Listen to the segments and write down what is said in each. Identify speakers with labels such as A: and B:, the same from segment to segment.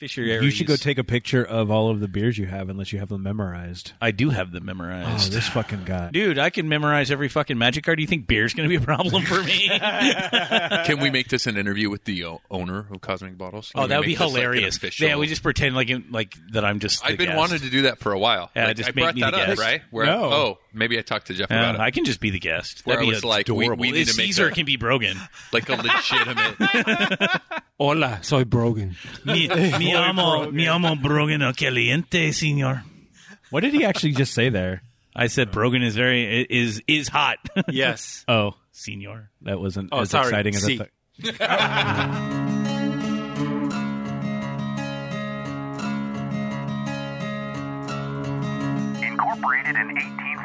A: beneficiaries.
B: You should go take a picture of all of the beers you have, unless you have them memorized.
A: I do have them
B: Oh,
A: memorized.
B: this fucking guy.
A: Dude, I can memorize every fucking magic card. Do you think beer's going to be a problem for me?
C: Can we make this an interview with the o- owner of Cosmic Bottles?
A: oh,
C: Can
A: that
C: we
A: would be
C: make this, like, an
A: hilarious.
C: official-
A: yeah, we just pretend like like that I'm just.
C: I've
A: the
C: been
A: guest.
C: wanting to do that for a while.
A: Yeah,
C: Like,
A: just
C: I
A: make
C: brought
A: me
C: that
A: the
C: up,
A: guest.
C: right? Where
D: No.
C: oh, maybe I talked to Jeff
A: Yeah,
C: about it.
A: I can just be the guest.
C: Where
A: That'd
C: I
A: be
C: was like, we-
A: adorable.
C: we need to make
A: Caesar
C: a-
A: can be Brogan.
C: like a legitimate.
D: Hola, soy Brogan.
A: mi, mi amo, mi amo Brogan el caliente, señor.
B: What did he actually just say there?
A: I said Brogan is very is is hot.
E: Yes.
B: Oh,
A: senior.
B: that wasn't
E: Oh,
B: as
E: sorry.
B: exciting as I
E: See.
B: thought.
F: Incorporated in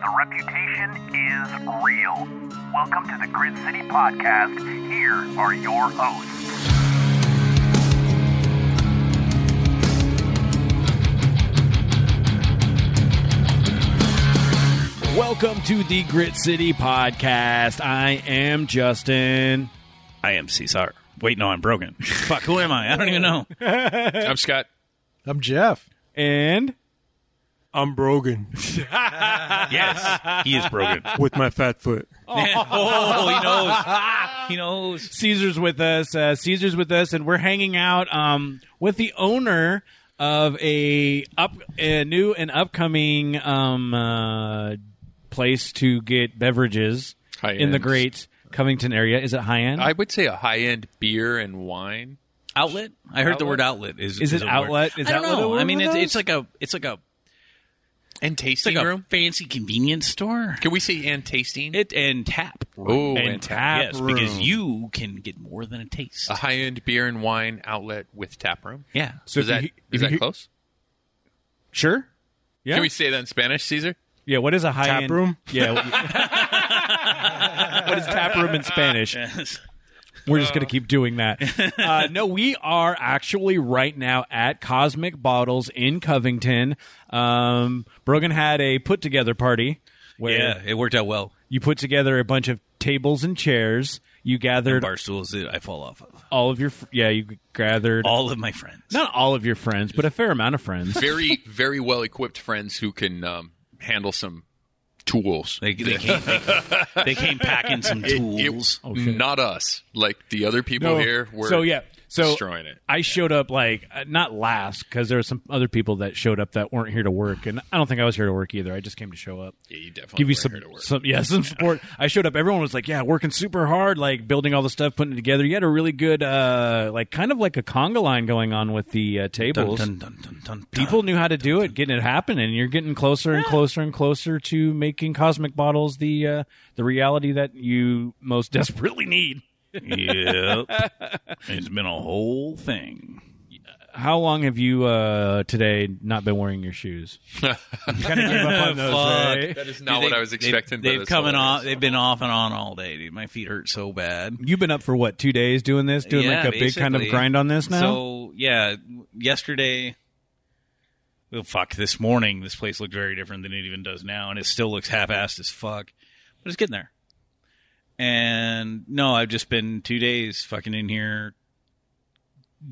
F: The reputation is real. Welcome to the Grid City Podcast. Here are your hosts.
B: Welcome to the Grit City Podcast. I am Justin.
A: I am Caesar. Wait, no, I'm Brogan. Fuck, who am I? I don't even know.
C: I'm Scott.
G: I'm Jeff.
B: And
D: I'm Brogan
A: Yes, he is Brogan.
D: with my fat foot.
A: oh, he knows. He knows.
B: Caesar's with us. Uh, Caesar's with us, and we're hanging out um, with the owner of a up a new and upcoming um, uh, place to get beverages
C: High
B: in the
C: ends.
B: great Covington area. Is it high end?
C: I would say a high end beer and wine.
A: Outlet. I heard the word outlet is.
B: Is it
A: a word.
B: outlet? Is
A: I don't
B: outlet a
A: know.
B: word
A: I mean,
B: with
A: it's,
B: those?
A: it's like a it's like a
C: And
A: it's like
C: tasting
A: a
C: room?
A: fancy convenience store.
C: Can we say and tasting?
A: It and tap.
C: oh,
B: and
C: and
B: tap.
A: yes, because you can get more than a taste.
C: a high end beer and wine outlet with tap room.
A: yeah.
B: So
C: is
B: if
C: that,
B: you- if
C: is
B: you-
C: that close?
B: sure. Yeah.
C: Can we say that in Spanish, Caesar?
B: Yeah. What is a high
D: Tap
B: end
D: room?
B: Yeah. what is tap room in Spanish? We're just going to keep doing that. Uh, no, we are actually right now at Cosmic Bottles in Covington. Um, Brogan had a put together party where
A: yeah, it worked out well.
B: you put together a bunch of tables and chairs. You gathered
A: Bar stools that I fall off of.
B: all of your, fr- yeah, you gathered
A: All of my friends.
B: not all of your friends, but a fair amount of friends.
C: Very, very well equipped friends who can um, handle some tools.
A: They, they, came, they, they came packing some
C: It- it-
A: tools.
C: Not us. Like the other people here were
B: Oh, so yeah, so
C: destroying it.
B: I showed up like uh, not last because there were some other people that showed up that weren't here to work, and I don't think I was here to work either. I just came to show up.
C: Yeah, you definitely
B: give you
C: were
B: some,
C: here to work.
B: some yeah some support. I showed up. Everyone was like, yeah, working super hard, like building all the stuff, putting it together. You had a really good, uh, like kind of like a conga line going on with the uh,
A: Dun,
B: tables.
A: dun, dun, dun, dun, dun.
B: People knew how to do it, getting it happen, and you're getting closer and closer and closer to making cosmic bottles the uh, the reality that you most desperately need.
A: yep. It's been a whole thing.
B: How long have you uh, today not been wearing your shoes? kind of gave up on those.
A: Fuck.
B: eh?
C: That is not what I was expecting. but
A: They've, they've
C: it's
A: coming off.
C: hilarious.
A: They've been off and on all day, dude. My feet hurt so bad.
B: You've been up for what two days doing this, doing
A: Yeah,
B: like a big kind of
A: basically.
B: grind on this now.
A: So yeah, yesterday. Well, fuck. This morning, this place looked very different than it even does now, and it still looks half-assed as fuck. But it's getting there. And no, I've just been two days fucking in here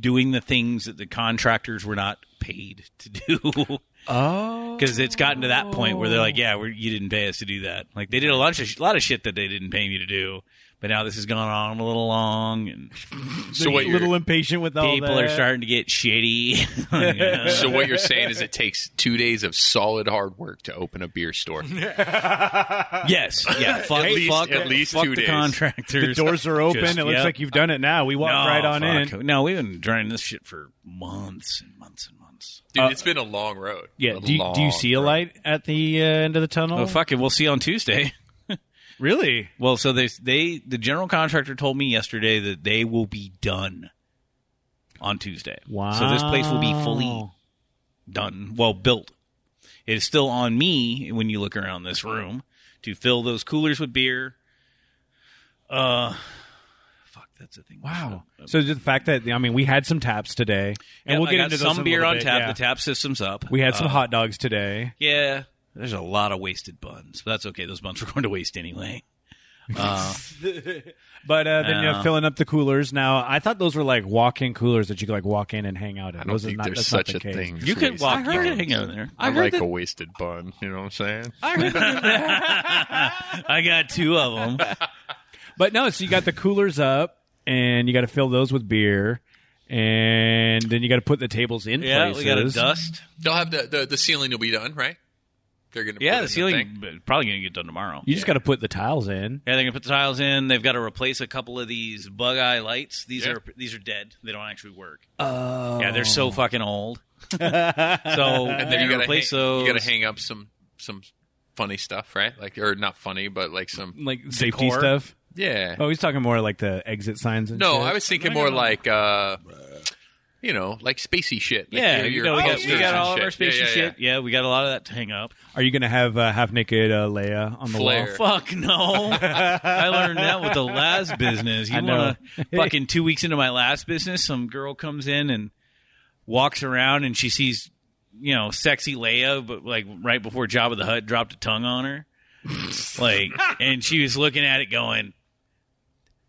A: doing the things that the contractors were not paid to do.
B: oh,
A: because it's gotten to that point where they're like, "Yeah, we're, you didn't pay us to do that." Like they did a lot of sh- lot of shit that they didn't pay me to do, but now this has gone on a little long, and
C: So what
B: a
C: you're
B: little impatient with all
A: people
B: that.
A: are starting to get shitty. Yeah.
C: so what you're saying is it takes two days of solid hard work to open a beer store.
A: yes, yeah, fuck,
C: At least-
A: fuck,
C: at least
A: fuck
C: two
A: the
C: days.
B: The
A: contractors.
B: doors are open.
A: Just-
B: it looks
A: yep.
B: like you've done it now. We walked
A: No,
B: right on
A: fuck.
B: in.
A: No, we've been trying this shit for months and months and months.
C: Dude, it's been a long road.
B: Yeah.
C: Uh, A
B: Do you, do you
C: long
B: see a
C: road.
B: light at the uh, end of the tunnel?
A: Oh, fuck it, we'll see you on Tuesday.
B: Really?
A: Well, so they they the general contractor told me yesterday that they will be done on Tuesday.
B: Wow.
A: So this place will be fully done, well built. It is still on me when you look around this room to fill those coolers with beer. Uh, fuck, that's the thing.
B: Wow. So the fact that I mean, we had some taps today, and
A: Yeah,
B: we'll
A: I
B: get
A: got
B: into those in
A: some
B: a
A: beer
B: little
A: on
B: bit,
A: tap.
B: yeah.
A: The tap system's up.
B: We had some
A: Uh,
B: hot dogs today.
A: Yeah, there's a lot of wasted buns, but that's okay. Those buns were going to waste anyway. Uh,
B: But uh,
A: Yeah.
B: then you're filling up the coolers. Now, I thought those were like walk-in coolers that you could like walk in and hang out in.
C: I don't
B: Those is
C: think
B: not-
C: there's
B: that's not
C: such
B: the
C: a
B: case.
C: thing.
A: you could walk. You could
C: can
A: hang out in there.
C: I,
B: I heard
C: like
B: that-
C: a wasted bun. You know what I'm saying?
A: I got two of them.
B: But no, so you got the coolers up, and you got to fill those with beer, and then you got to put the tables in
A: Yeah,
B: places.
A: we got a dust.
C: They'll have the, the the ceiling will be done, right? They're gonna put
A: Yeah,
C: in
A: the
C: thing.
A: ceiling b- probably going to get done tomorrow.
B: You just got to put the tiles in.
A: Yeah, they're gonna put the tiles in. They've got to replace a couple of these bug eye lights. These
C: Yeah.
A: are these are dead. They don't actually work.
B: Oh,
A: Yeah, they're so fucking old. so
C: and then you gotta
A: replace
C: hang,
A: those.
C: you gotta hang up some some funny stuff, right? Like or not funny, but like some
B: like safety
A: Decor.
B: stuff.
C: yeah.
B: Oh, he's talking more like the exit signs and
C: no,
B: shit.
C: I was thinking more like uh, you know, like spacey shit. Like,
A: Yeah,
C: you know,
A: you
C: your
A: know, we got,
C: posters
A: we got
C: and
A: all of our
C: shit. Yeah,
A: spacey
C: yeah, yeah.
A: shit. Yeah, we got a lot of that to hang up.
B: Are you gonna have uh, half naked uh, Leia on the
C: Flair.
B: wall?
A: Fuck no. I learned that with the last business.
B: I
A: You
B: know.
A: want to fucking two weeks into my last business, some girl comes in and walks around and she sees, you know, sexy Leia, but like right before Job of the Hut dropped a tongue on her. like, and she was looking at it going,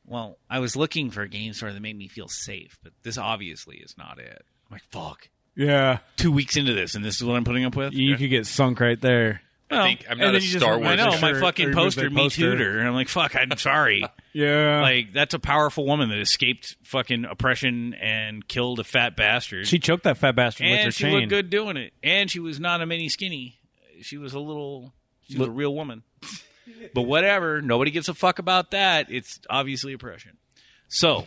A: well, I was looking for a game store that made me feel safe, but this obviously is not it. I'm like, fuck.
B: Yeah,
A: Two weeks into this, and this is what I'm putting up with.
B: you could get sunk right there.
A: Well,
C: I think I'm
B: and
C: not
B: then
C: a
B: you just-
C: Star
A: I
C: Wars.
A: know
B: Sure.
A: "Oh, my
B: Or
A: fucking
B: you
A: poster,
B: move that
A: me
B: poster.
A: tutor, and I'm like, fuck, I'm sorry.
B: Yeah,
A: like that's a powerful woman that escaped fucking oppression and killed a fat bastard.
B: she choked that fat bastard with her
A: and she
B: chain.
A: looked good doing it. And she was not a mini skinny. She was a little. She was a real woman. but whatever. Nobody gives a fuck about that. It's obviously oppression. So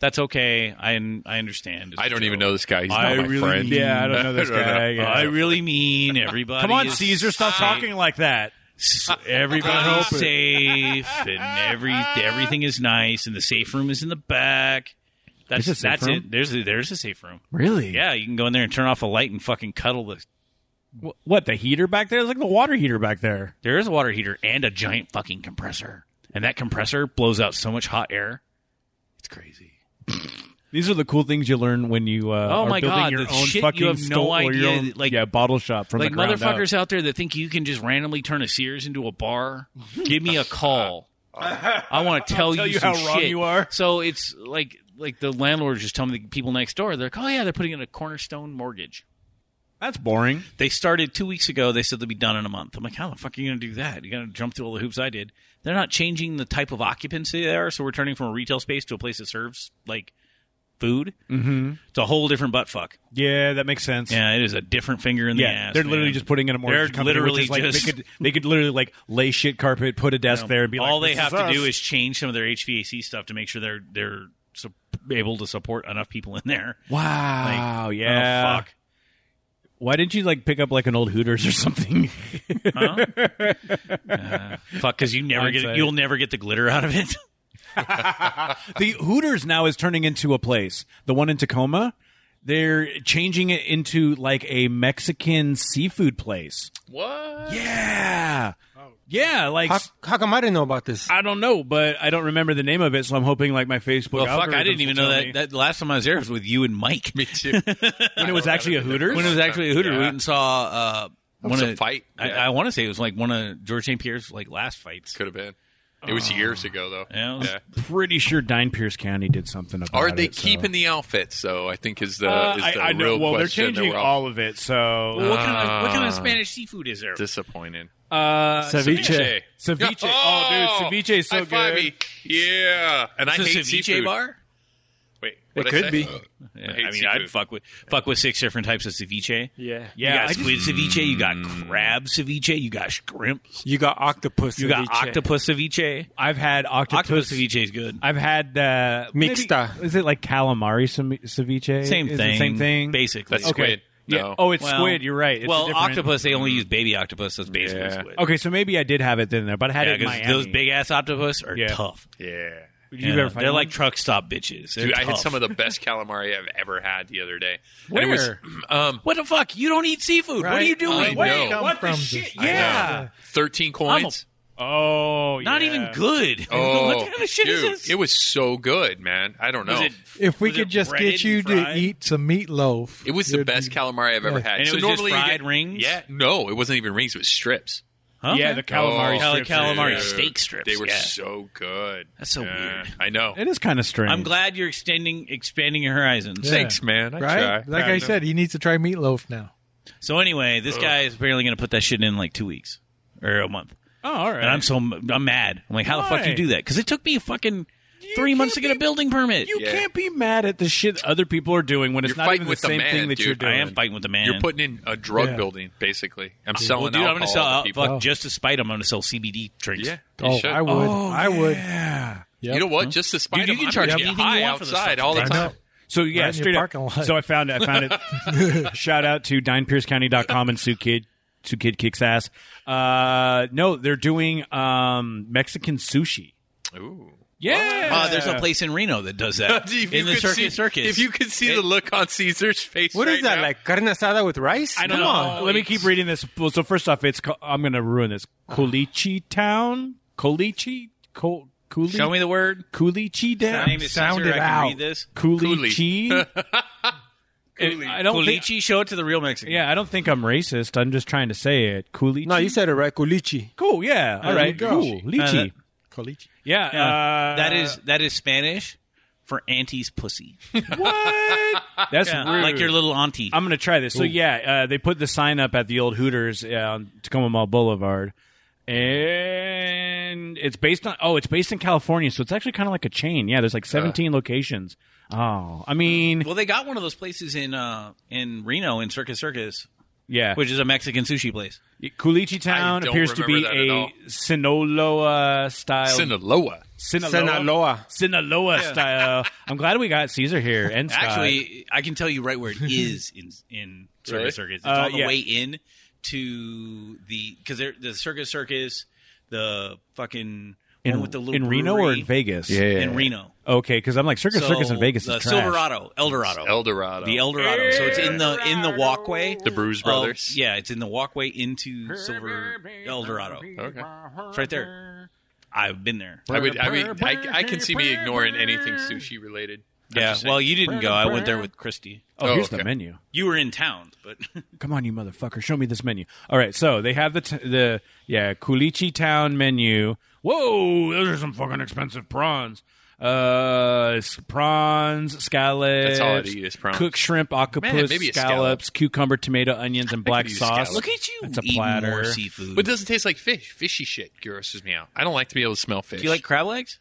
A: that's okay. I I understand. It's
C: I don't
A: a
C: even
A: joke.
C: know this guy. He's not
A: I
C: my
A: really
C: friend.
B: Yeah, I don't know this
C: I don't know.
B: guy. Yeah.
A: I really mean everybody.
B: Come on,
A: is
B: Caesar, stop
A: safe.
B: talking like that.
A: Everybody's safe, and every everything is nice, and the safe room is in the back. That's
B: There's a safe
A: that's
B: room?
A: it. There's a, there's a safe room.
B: Really?
A: Yeah, you can go in there and turn off a light and fucking cuddle. The,
B: Wh- What the heater back there? It's like the water heater back there.
A: there is a water heater and a giant fucking compressor, and that compressor blows out so much hot air. It's crazy.
B: These are the cool things you learn when you uh,
A: Oh
B: are
A: my
B: building
A: God,
B: your
A: the
B: own
A: shit you
B: fucking
A: have no
B: store or your
A: idea
B: own
A: that, like-
B: yeah, bottle shop from
A: like
B: the ground up.
A: motherfuckers out there that think you can just randomly turn a Sears into a bar. Give me a call. I want to tell,
B: tell you
A: some
B: how wrong
A: shit.
B: you are.
A: So it's like like the landlord just telling the people next door. They're like, oh yeah, they're putting in a cornerstone mortgage.
B: That's boring.
A: They started two weeks ago. They said they'll be done in a month. I'm like, how the fuck are you going to do that? You're going to jump through all the hoops I did. They're not changing the type of occupancy they are. So we're turning from a retail space to a place that serves like food.
B: Mm-hmm.
A: It's a whole different butt fuck.
B: Yeah, that makes sense.
A: Yeah, it is a different finger in the
B: Yeah,
A: ass.
B: they're literally
A: man.
B: just putting in a mortgage
A: They're
B: company.
A: literally
B: which is like,
A: just-
B: they could they could literally like lay shit carpet, put a desk there, and be like,
A: all they
B: "This
A: have
B: is
A: to do
B: us."
A: is change some of their HVAC stuff to make sure they're they're su- able to support enough people in there.
B: wow,
A: Oh,
B: yeah.
A: fuck.
B: Why didn't you like pick up like an old Hooters or something?
A: Huh? Uh, fuck, because you never get
B: Hindsight.
A: you'll never get the glitter out of it.
B: the Hooters now is turning into a place. The one in Tacoma, they're changing it into like a Mexican seafood place.
C: What?
B: Yeah. Yeah, like
D: Oh. How, how come I didn't know about
E: Ah,
D: this?
B: I don't know, but I don't remember the name of it, so I'm hoping like my Facebook.
A: well, Oh, fuck, I
B: algorithms
A: didn't even
B: will
A: know
B: tell
A: that,
B: me.
A: that. last time I was there was with you and Mike.
C: Me too.
B: when it was actually a Hooters.
A: When it was actually a Hooter, we went and saw uh,
C: was
A: one
C: a
A: of
C: fight.
A: I,
C: Yeah.
A: I want to say it was like one of George St. Pierre's like last fights.
C: Could have been. It was years ago though.
A: Yeah, it was-
B: pretty sure Dine Pierce County did something about
C: Are they
B: it, so-
C: keeping the outfits though? I think is the
B: Uh,
C: is the
B: I, I know.
C: real
B: Well, they're
C: question. that
B: changing
C: we're
B: all of it, so
A: Well, what, kind of, what kind of
C: Ah.
A: Spanish seafood is there?
C: disappointed.
B: uh,
D: Ceviche.
B: Ceviche. Oh, dude, ceviche is so
C: High five
B: good.
C: me. Yeah, and I
A: It's a
C: hate
A: ceviche
C: seafood.
A: bar.
C: Wait,
D: It
C: what'd I
D: could
C: say?
D: be.
A: Yeah, I,
C: hate
A: mean,
C: seafood.
A: I'd fuck with fuck with six different types of ceviche.
D: Yeah.
A: You
B: Yeah,
A: got
B: I just-
A: squid ceviche, you got
C: Mm.
A: crab ceviche, you got shrimp,
D: You got octopus.
A: you got
D: ceviche.
A: octopus ceviche.
B: I've had octopus.
A: Octopus ceviche is good.
B: I've had uh, maybe-
D: Mixta.
B: Is it like calamari ce- ceviche?
A: Same
B: Is it
A: thing.
B: Same thing.
A: Basically.
C: That's Squid.
B: Yeah.
C: No.
B: Oh, it's
A: Well-
B: squid. You're right. It's a
A: well,
B: different-
A: octopus, they only use baby octopus. That's basically
C: Yeah.
A: squid.
B: Okay, so maybe I did have it in there, but I had
A: Yeah,
B: it in
A: 'cause
B: Miami.
A: those big ass octopus are
B: Yeah.
A: tough.
C: Yeah,
D: You've
A: Yeah,
D: ever fight
A: they're
D: one?
A: like truck stop bitches. They're
C: Dude, I had
A: tough.
C: some of the best calamari I've ever had the other day. And it was
D: Where?
C: um,
A: What the fuck? You don't eat seafood. What are
D: Right?
A: you doing?
C: I
A: Wait,
C: know.
E: Come
A: what the
E: from
A: shit?
E: this-
A: Yeah.
C: 13 coins.
B: Oh,
A: Not even good.
C: oh,
A: what kind of shit
C: dude,
A: is this?
C: It was so good, man. I don't know.
A: Was it-
E: If we
A: was
E: could
A: it
E: just
A: breaded
E: get you
A: and fried?
E: to eat some meatloaf,
C: It was the
E: you'd
C: best
E: be-
C: calamari I've ever
E: Yeah.
C: had.
A: And it
C: so
A: was just
C: normally you
A: fried
C: get-
A: rings?
C: Yeah, no, it wasn't even rings. It was strips.
A: Huh?
B: Yeah, the calamari.
C: Oh,
B: strips.
A: cal- calamari
C: dude.
A: steak strips,
C: They were
A: yeah.
C: so good.
A: That's so
C: Yeah,
A: weird.
C: I know.
B: It is kind of strange.
A: I'm glad you're extending expanding your horizons.
E: Yeah.
C: Thanks, man. I
E: Right?
C: try.
E: Like
C: Yeah,
E: I
C: know.
E: said, he needs to try meatloaf now.
A: So anyway, this guy is apparently going to put that shit in like two weeks or a month,
B: Oh, all right.
A: and I'm so I'm mad. I'm like, how the fuck do you
B: Why?
A: do that? Because it took me fucking three
B: can't
A: months to get a
B: be-
A: building permit.
B: you
C: Yeah.
B: can't be mad at the shit other people are doing when it's
C: You're
B: not
C: fighting
B: even the
C: with the
B: same
C: man,
B: thing that
C: dude.
B: you're doing.
A: I am fighting with the man.
C: You're putting in a drug
E: Yeah.
C: building, basically. I'm selling
A: well, dude, I'm
C: alcohol
A: going to sell
C: to
A: out.
C: people.
A: Fuck, just to spite him, I'm going to sell CBD drinks.
C: Yeah, you
E: oh,
C: should.
E: I would. I would. Yep.
C: You know what? Just to spite
A: Dude, you
C: them,
A: can
C: I'm
A: charge
C: gonna get
A: anything you
C: high
A: want for this
C: outside
A: fucking
C: all the
E: I
C: time.
E: know.
B: So yeah,
E: Right in your
B: straight
E: parking
B: up.
E: lot.
B: So I found it. I found it. Shout out to dinepiercecity.com and Sue Kid. Sue Kid kicks ass. Uh, no, they're doing um, Mexican sushi.
C: Ooh.
B: Yeah,
A: Uh, there's a place in Reno that does that
C: If you
A: in the
C: could
A: circus.
C: see,
A: circus.
C: If you could see the look on Caesar's face,
D: What
C: right
D: is that
C: now.
D: like? Carne asada with rice?
B: I don't
D: Come
B: know.
D: on.
B: Let me keep reading this. Well, so first off, it's co- I'm going to ruin this.
A: Uh-huh.
B: Culichi Town, Culichi, Col- Culi-
A: show me the word.
B: Culichi
A: My
B: Town,
A: name is
E: sound
A: Caesar,
E: it
A: I can
E: out.
A: read this.
B: Culichi.
C: Cooley.
B: I don't think.
A: Culichi, show it to the real Mexican.
B: Yeah, I don't think I'm racist. I'm just trying to say it. Culichi.
D: No, you said it right. Culichi.
B: cool. Yeah. All
E: you
B: right.
E: go.
B: Cool.
A: Uh, that-
B: Lychee.
E: Caliche.
B: Yeah,
A: Yeah.
B: uh,
A: that is that is Spanish for auntie's pussy.
B: what. That's
A: Yeah,
B: rude.
A: like your little auntie.
B: I'm gonna try this. So yeah, uh, they put the sign up at the old Hooters uh, on Tacoma Mall Boulevard, and it's based on. Oh, it's based in California, so it's actually kind of like a chain. Yeah, there's like 17 locations. Oh, I mean,
A: Uh. well, they got one of those places in uh, in Reno in Circus Circus,
B: yeah,
A: which is a Mexican sushi place.
B: Culichi Town
C: I don't
B: appears to be
C: remember that at all.
B: a Sinaloa style.
C: Sinaloa.
B: Sinaloa.
D: Sinaloa.
B: Sinaloa style. I'm glad we got Caesar here and Scott.
A: Actually, I can tell you right where it is in in Circus
C: Really?
A: Circus. It's
B: Uh,
A: on the
B: yeah.
A: way in to the because the Circus Circus, the fucking one
B: in,
A: with the little
B: in Reno or
A: brewery
B: in Vegas?
A: in Reno.
B: Okay, because I'm like Circus
A: So,
B: Circus in Vegas
A: the
B: is trash.
A: Silverado, Eldorado,
C: El Dorado.
A: the Eldorado. So it's in the in the walkway.
C: The Bruise
A: of-
C: Brothers.
A: yeah, it's in the walkway into Silver Eldorado.
C: Okay.
A: It's right there. I've been there.
C: I would. I mean, I, I can see me ignoring anything sushi related. I'm
A: Yeah.
C: just saying.
A: Well, you didn't go. I went there with Christy.
B: Oh,
C: Oh,
B: here's
C: okay.
B: the menu.
A: You were in town, but
B: Come on, you motherfucker! Show me this menu. All right, so they have the t- the yeah Kulichi Town menu. Whoa, those are some fucking expensive prawns. Uh, s- prawns, scallops.
C: That's all I'd eat is prawns.
B: Cooked shrimp, octopus,
C: Man, maybe a scallop.
B: scallops, cucumber, tomato, onions, and black
C: eat a
B: sauce.
C: scallop. Look
A: at you.
B: That's a platter.
A: More seafood.
C: but it doesn't taste like fish. Fishy shit grosses me out. I don't like to be able to smell fish. Eh,
A: Do you like crab legs?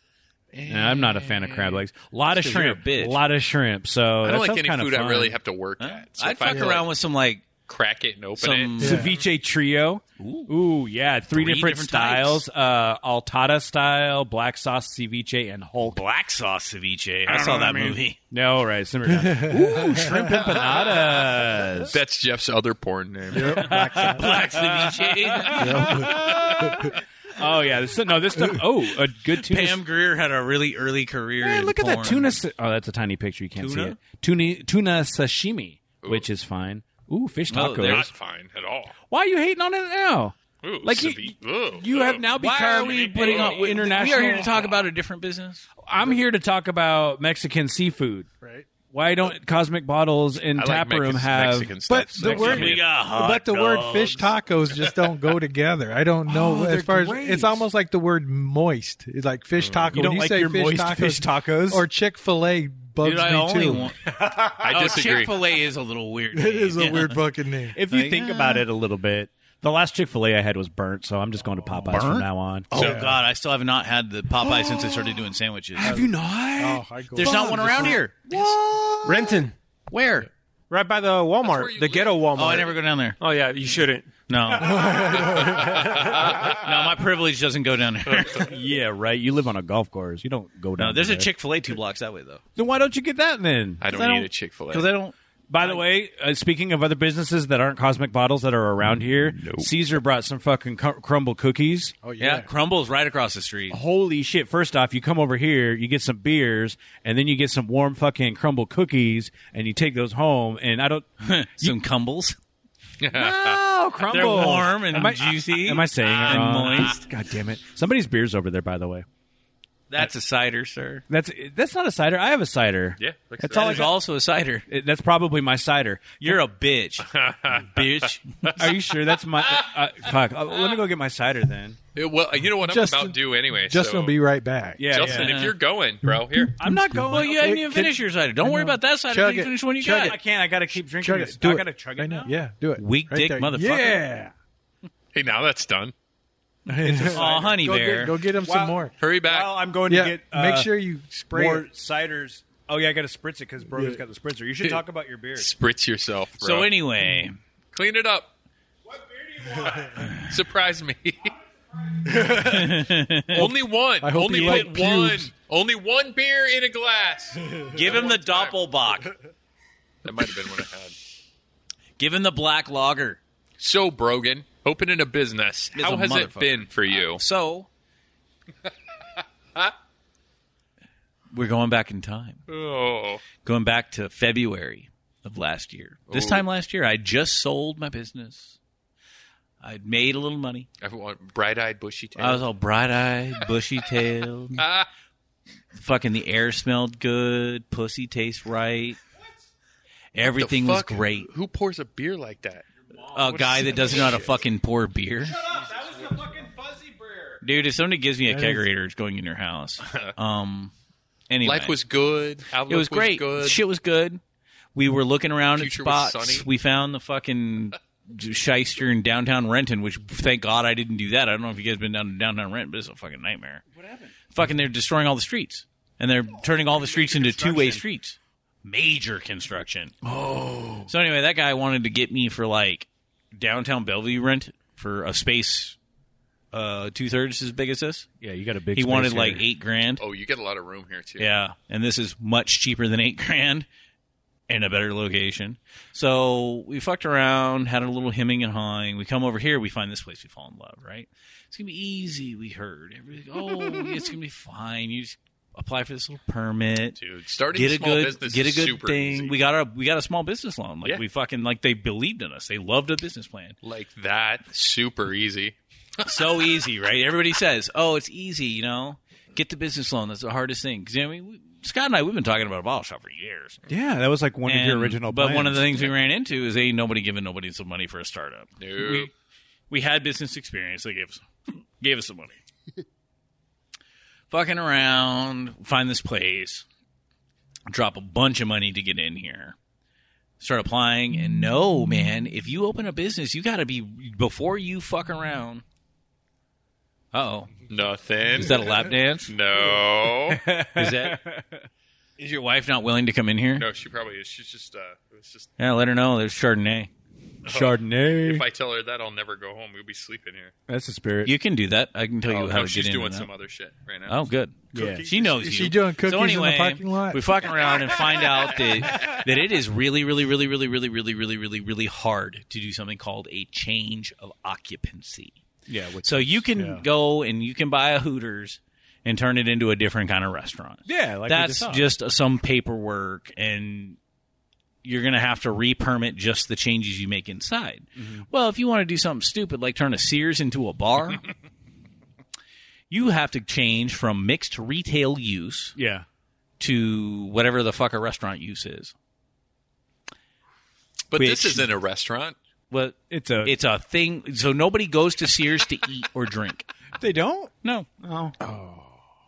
B: Nah, I'm not a fan of crab legs. A lot of
A: 'cause you're a
B: shrimp.
A: bitch.
B: lot of shrimp. So
C: I
B: that
C: don't like
B: sounds
C: any
B: kinda
C: food I
B: fun.
C: really have to work at. So
A: I'd
C: if I
A: fuck
C: could,
A: around
C: like,
A: with some like
C: crack it and open
A: some.
C: it.
B: ceviche trio. Ooh, yeah, three,
A: Three
B: different,
A: different
B: styles: uh, altada style, black sauce ceviche, and Hulk.
A: Black sauce ceviche. I, saw that movie.
B: No, all right, simmer down. Ooh, shrimp empanadas.
C: That's Jeff's other porn name.
A: Black ceviche.
B: Oh yeah, this, no, this stuff. Oh, a good tuna.
A: Pam Greer had a really early career.
B: Hey,
A: in
B: look at that
A: porn.
B: tuna. sa- Oh, that's a tiny picture. You can't see
A: Tuna?
B: it. Tuna, tuna sashimi, which is fine. Ooh, fish
A: Oh,
B: tacos.
A: they're
C: Not fine at all.
B: Why are you hating on it now?
C: Ooh,
B: Like you-
C: ceviche. Ugh,
B: You
C: ugh.
B: have now
A: Why are
B: become
A: we putting on we-
B: international?
A: We are here to talk about a different business.
B: I'm here to talk about Mexican seafood. Right. Why
E: Oh.
B: don't cosmic bottles in
C: I like
B: tap room
C: Mexican,
B: have?
C: Mexican stuff.
E: But the
C: Mexican
E: word,
C: food.
A: got hot
E: but the word fish tacos just don't go together. I don't know.
B: Oh, they're
E: as far
B: great.
E: as it's almost like the word moist. It's like fish taco.
B: You
E: When
B: don't like
E: say
B: your
E: fish
B: moist
E: tacos,
B: fish tacos?
E: or Chick Fil A bugs
A: Dude,
E: me
A: I only
E: too.
A: want.
C: I
A: Oh,
C: disagree.
A: Chick Fil A is a little weird.
E: it is a weird fucking name.
B: If you think about it a little bit, the last Chick Fil A I had was burnt, so I'm just going to Popeyes from now on.
A: Oh God, I still have not had the Popeye since I started doing sandwiches.
B: Have you not?
E: Oh, I go.
A: There's not one around here.
D: Renton.
A: Where?
D: Right by the Walmart. The
C: you
D: ghetto Walmart.
A: Oh, I never go down there.
D: Oh, yeah. You shouldn't.
A: No. no, my privilege doesn't go down there.
B: Yeah, right. You live on a golf course. You don't go down.
A: No, there's a
B: there.
A: Chick Fil A two blocks that way though.
B: Then why don't you get that then?
C: I don't
A: I
C: need
A: don't-
C: a Chick Fil
A: Because
C: A.
A: I don't.
B: By the way, uh, speaking of other businesses that aren't Cosmic Bottles that are around here, Caesar brought some fucking cr- crumble cookies.
E: Oh
A: Yeah, Oh. Crumbles right across the street.
B: Holy shit! First off, you come over here, you get some beers, and then you get some warm fucking crumble cookies, and you take those home. And I don't.
A: Some Cumbles.
B: Oh, crumble!
A: They're warm and juicy.
B: Am I saying it
A: and
B: wrong?
A: moist?
B: God damn it! Somebody's beer's over there, by the way.
A: That's a cider, sir.
B: That's that's not a cider. I have a cider.
C: Yeah, looks
B: that's
C: like
B: all. I
A: That is
B: got.
A: also a cider.
B: It- that's probably my cider.
A: You're a bitch, bitch.
B: Are you sure that's my? Uh, fuck. Uh, let me go get my cider then.
C: Yeah, well, you know what?
E: Justin-
C: I'm about due anyway.
E: Justin
C: so.
E: will be right back.
B: Yeah.
C: Justin,
B: yeah.
A: yeah.
C: if you're going, bro, here.
B: I'm not going.
A: Well, you hadn't
E: Hey,
A: even
E: can-
A: finished your cider. Don't worry about that cider.
E: Chug
A: until you
E: it.
A: finish when you
E: Chug
A: got.
E: it.
B: I can't. I gotta keep drinking
E: Chug
B: this.
E: it. Do
B: I
E: it.
B: gotta chug it
E: Right
B: now.
E: Yeah, do it.
A: Weak
E: Right
A: dick
E: there.
A: motherfucker.
E: Yeah.
C: Hey, now that's done.
A: Oh, honey
E: Go
A: bear.
E: get, go get him
B: Wow.
E: some more.
C: Hurry back.
B: Well, I'm going
E: Yeah,
B: to get. Uh,
E: make sure you spray
B: more
E: it.
B: ciders. Oh yeah, I gotta spritz it because Brody's got the spritzer. You should talk about your beer.
C: Spritz yourself, bro.
A: so anyway,
C: clean it up. What beer do you want? Surprise me. Only one.
E: hope
C: Only
E: you
C: put
E: like
C: one.
E: pubes.
C: Only one beer in a glass.
A: give him the Doppelbock.
C: That might have been what I had.
A: Give him the black lager.
C: So Brogan, opening a business.
A: Is
C: how
A: a
C: has it
A: motherfucker.
C: been for you?
A: So we're going back in time.
C: Oh,
A: Going back to February of last year. This
C: Ooh.
A: time last year, I had just sold my business. I'd made a little money.
C: I want bright-eyed, bushy-tailed.
A: I was all bright eyed, bushy tailed.
C: Ah.
A: Fucking the air smelled good. Pussy tastes right.
C: The
A: Everything was
C: fuck? Oh,
A: great.
C: Who pours a beer like that?
A: A guy that doesn't know how to fucking pour beer. Dude, if somebody gives me a kegerator, it's going in your house. Um, anyway,
C: Life was good. Outlook
A: it was great.
C: good.
A: Shit was good. We were looking around
C: Future
A: at
C: was
A: spots.
C: sunny.
A: We found the fucking shyster in downtown Renton, which thank God I didn't do that. I don't know if you guys been down to downtown Renton, but it's a fucking nightmare. What happened? Fucking, they're destroying all the streets and they're turning all the streets into two way streets. Major construction. Oh. So anyway, that guy wanted to get me for like downtown Bellevue rent for a space, uh, two thirds as big as this.
B: Yeah, you got a big.
A: He
B: space
A: wanted
B: here.
A: like eight grand.
C: Oh, you get a lot of room here too.
A: Yeah, and this is much cheaper than eight grand in a better location. So we fucked around, had a little hemming and hawing. We come over here, we find this place, we fall in love, right? It's gonna be easy, we heard. Everything, oh, it's gonna be fine. You just apply for this little permit.
C: dude. Starting
A: Get
C: a
A: a
C: small
A: good,
C: business
A: get a
C: is
A: good
C: super
A: thing.
C: easy.
A: We got a we got a small business loan. Like
C: Yeah.
A: we fucking like they believed in us. They loved a business plan.
C: like that. Super easy.
A: so easy, right? Everybody says, "Oh, it's easy," you know. Get the business loan. That's the hardest thing. 'Cause, I mean, we, Scott and I we've been talking about a bottle shop for years.
B: Yeah, that was like one of your
A: And-
B: original.
A: But one of the
B: plans.
A: things we ran into is ain't nobody giving nobody some money for a startup.
C: No.
A: We, we had business experience. They gave us gave us some money. Fucking around, find this place, drop a bunch of money to get in here. Start applying, and no, man, if you open a business, you got to be before you fuck around. Oh,
C: Nothing.
A: is that a lap dance?
C: no.
A: Is that? Is your wife not willing to come in here?
C: no, she probably is. She's just. Uh, it's just.
A: Yeah, let her know. There's Chardonnay.
B: Chardonnay.
C: If I tell her that, I'll never go home. We'll be sleeping here.
B: That's the spirit.
A: Oh, You can do that. I can tell
C: Oh,
A: you how
C: no,
A: to
C: she's
A: get into
C: doing
A: that.
C: some other shit right now.
A: Oh, good.
E: Yeah.
A: She knows
E: Is
A: you.
E: she doing cookies
A: so
E: in the
A: anyway,
E: parking lot?
A: We fucking around and find out that that it is really, really, really, really, really, really, really, really, really hard to do something called a change of occupancy.
B: yeah. Which,
A: So you can go and you can buy a Hooters and turn it into a different kind of restaurant.
B: yeah. Like we
A: That's
B: saw.
A: just some paperwork and you're going to have to re-permit just the changes you make inside. Well, if you want to do something stupid like turn a Sears into a bar, you have to change from mixed to retail use
B: Yeah.
A: to whatever the fuck a restaurant use is.
C: but this
A: which-
C: isn't a restaurant.
A: Well,
B: It's a.
A: it's a thing. So nobody goes to Sears to eat or drink.
B: they don't.
A: No.
B: Oh.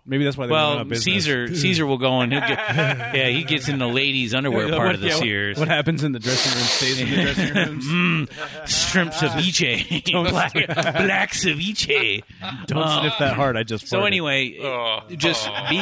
B: Maybe that's why they went out
A: Well,
B: of business.
A: Caesar Caesar will go and he'll get, yeah, he gets in the ladies' underwear
B: Yeah,
A: part
B: what-
A: of the
B: yeah, what-
A: Sears.
B: What happens in the dressing room stays in the dressing rooms.
A: shrimp ceviche, black, black ceviche.
B: Don't
A: Uh,
B: sniff that hard. I just
A: So
B: farted.
A: anyway,
C: Oh.
A: just be.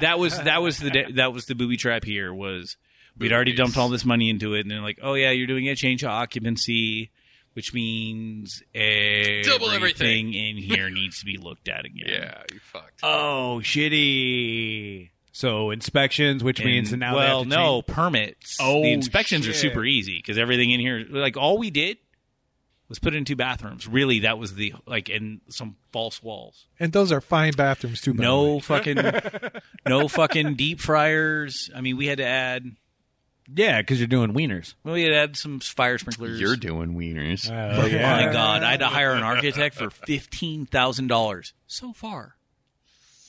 A: That was that was the da- that was the booby trap. Here was we'd already
C: Boobies.
A: dumped all this money into it, and they're like, "Oh yeah, you're doing a change of occupancy." Which means everything,
C: Double everything.
A: in here needs to be looked at again.
C: Yeah, you fucked.
B: Oh, shitty. So inspections, which means that
A: And-
B: now they
A: well,
B: have to
A: no
B: change-
A: permits.
B: Oh,
A: the inspections are
B: shit.
A: super easy because everything in here, like all we did was put in two bathrooms. Really, that was the like in some false walls.
E: And those are fine bathrooms too. by the way.
A: No fucking, no fucking deep fryers. I mean, we had to add,
B: yeah, because you're doing wieners.
A: well, we had to add some fire sprinklers.
C: You're doing wieners.
B: Oh
A: My God, I had to hire an architect for fifteen thousand dollars so far.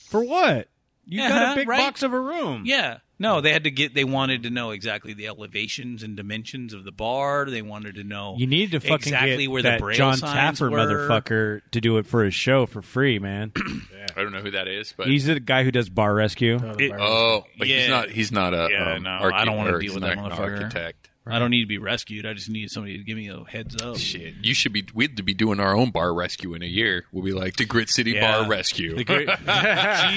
B: For what? You got
A: Uh-huh,
B: a big
A: right.
B: box of a room.
A: Yeah. No, they had to get. They wanted to know exactly the elevations and dimensions of the bar. They wanted to know.
B: You need to fucking
A: exactly
B: get
A: where
B: that
A: the braille
B: John
A: signs
B: Taffer
A: were.
B: motherfucker to do it for his show for free, man.
C: I don't know who that is, but
B: He's the guy who does bar rescue.
C: oh, but
A: Yeah.
C: he's not. He's not a.
A: Yeah,
C: um,
A: no,
C: archi-
A: I don't wanna deal
C: or he's
A: with that
C: not an
A: motherfucker.
C: Architect.
A: I don't need to be rescued. I just need somebody to give me a heads up.
C: Shit, you should be. We'd be doing our own bar rescue in a year. We'll be like the Grit City
A: Yeah.
C: Bar Rescue.
A: The great-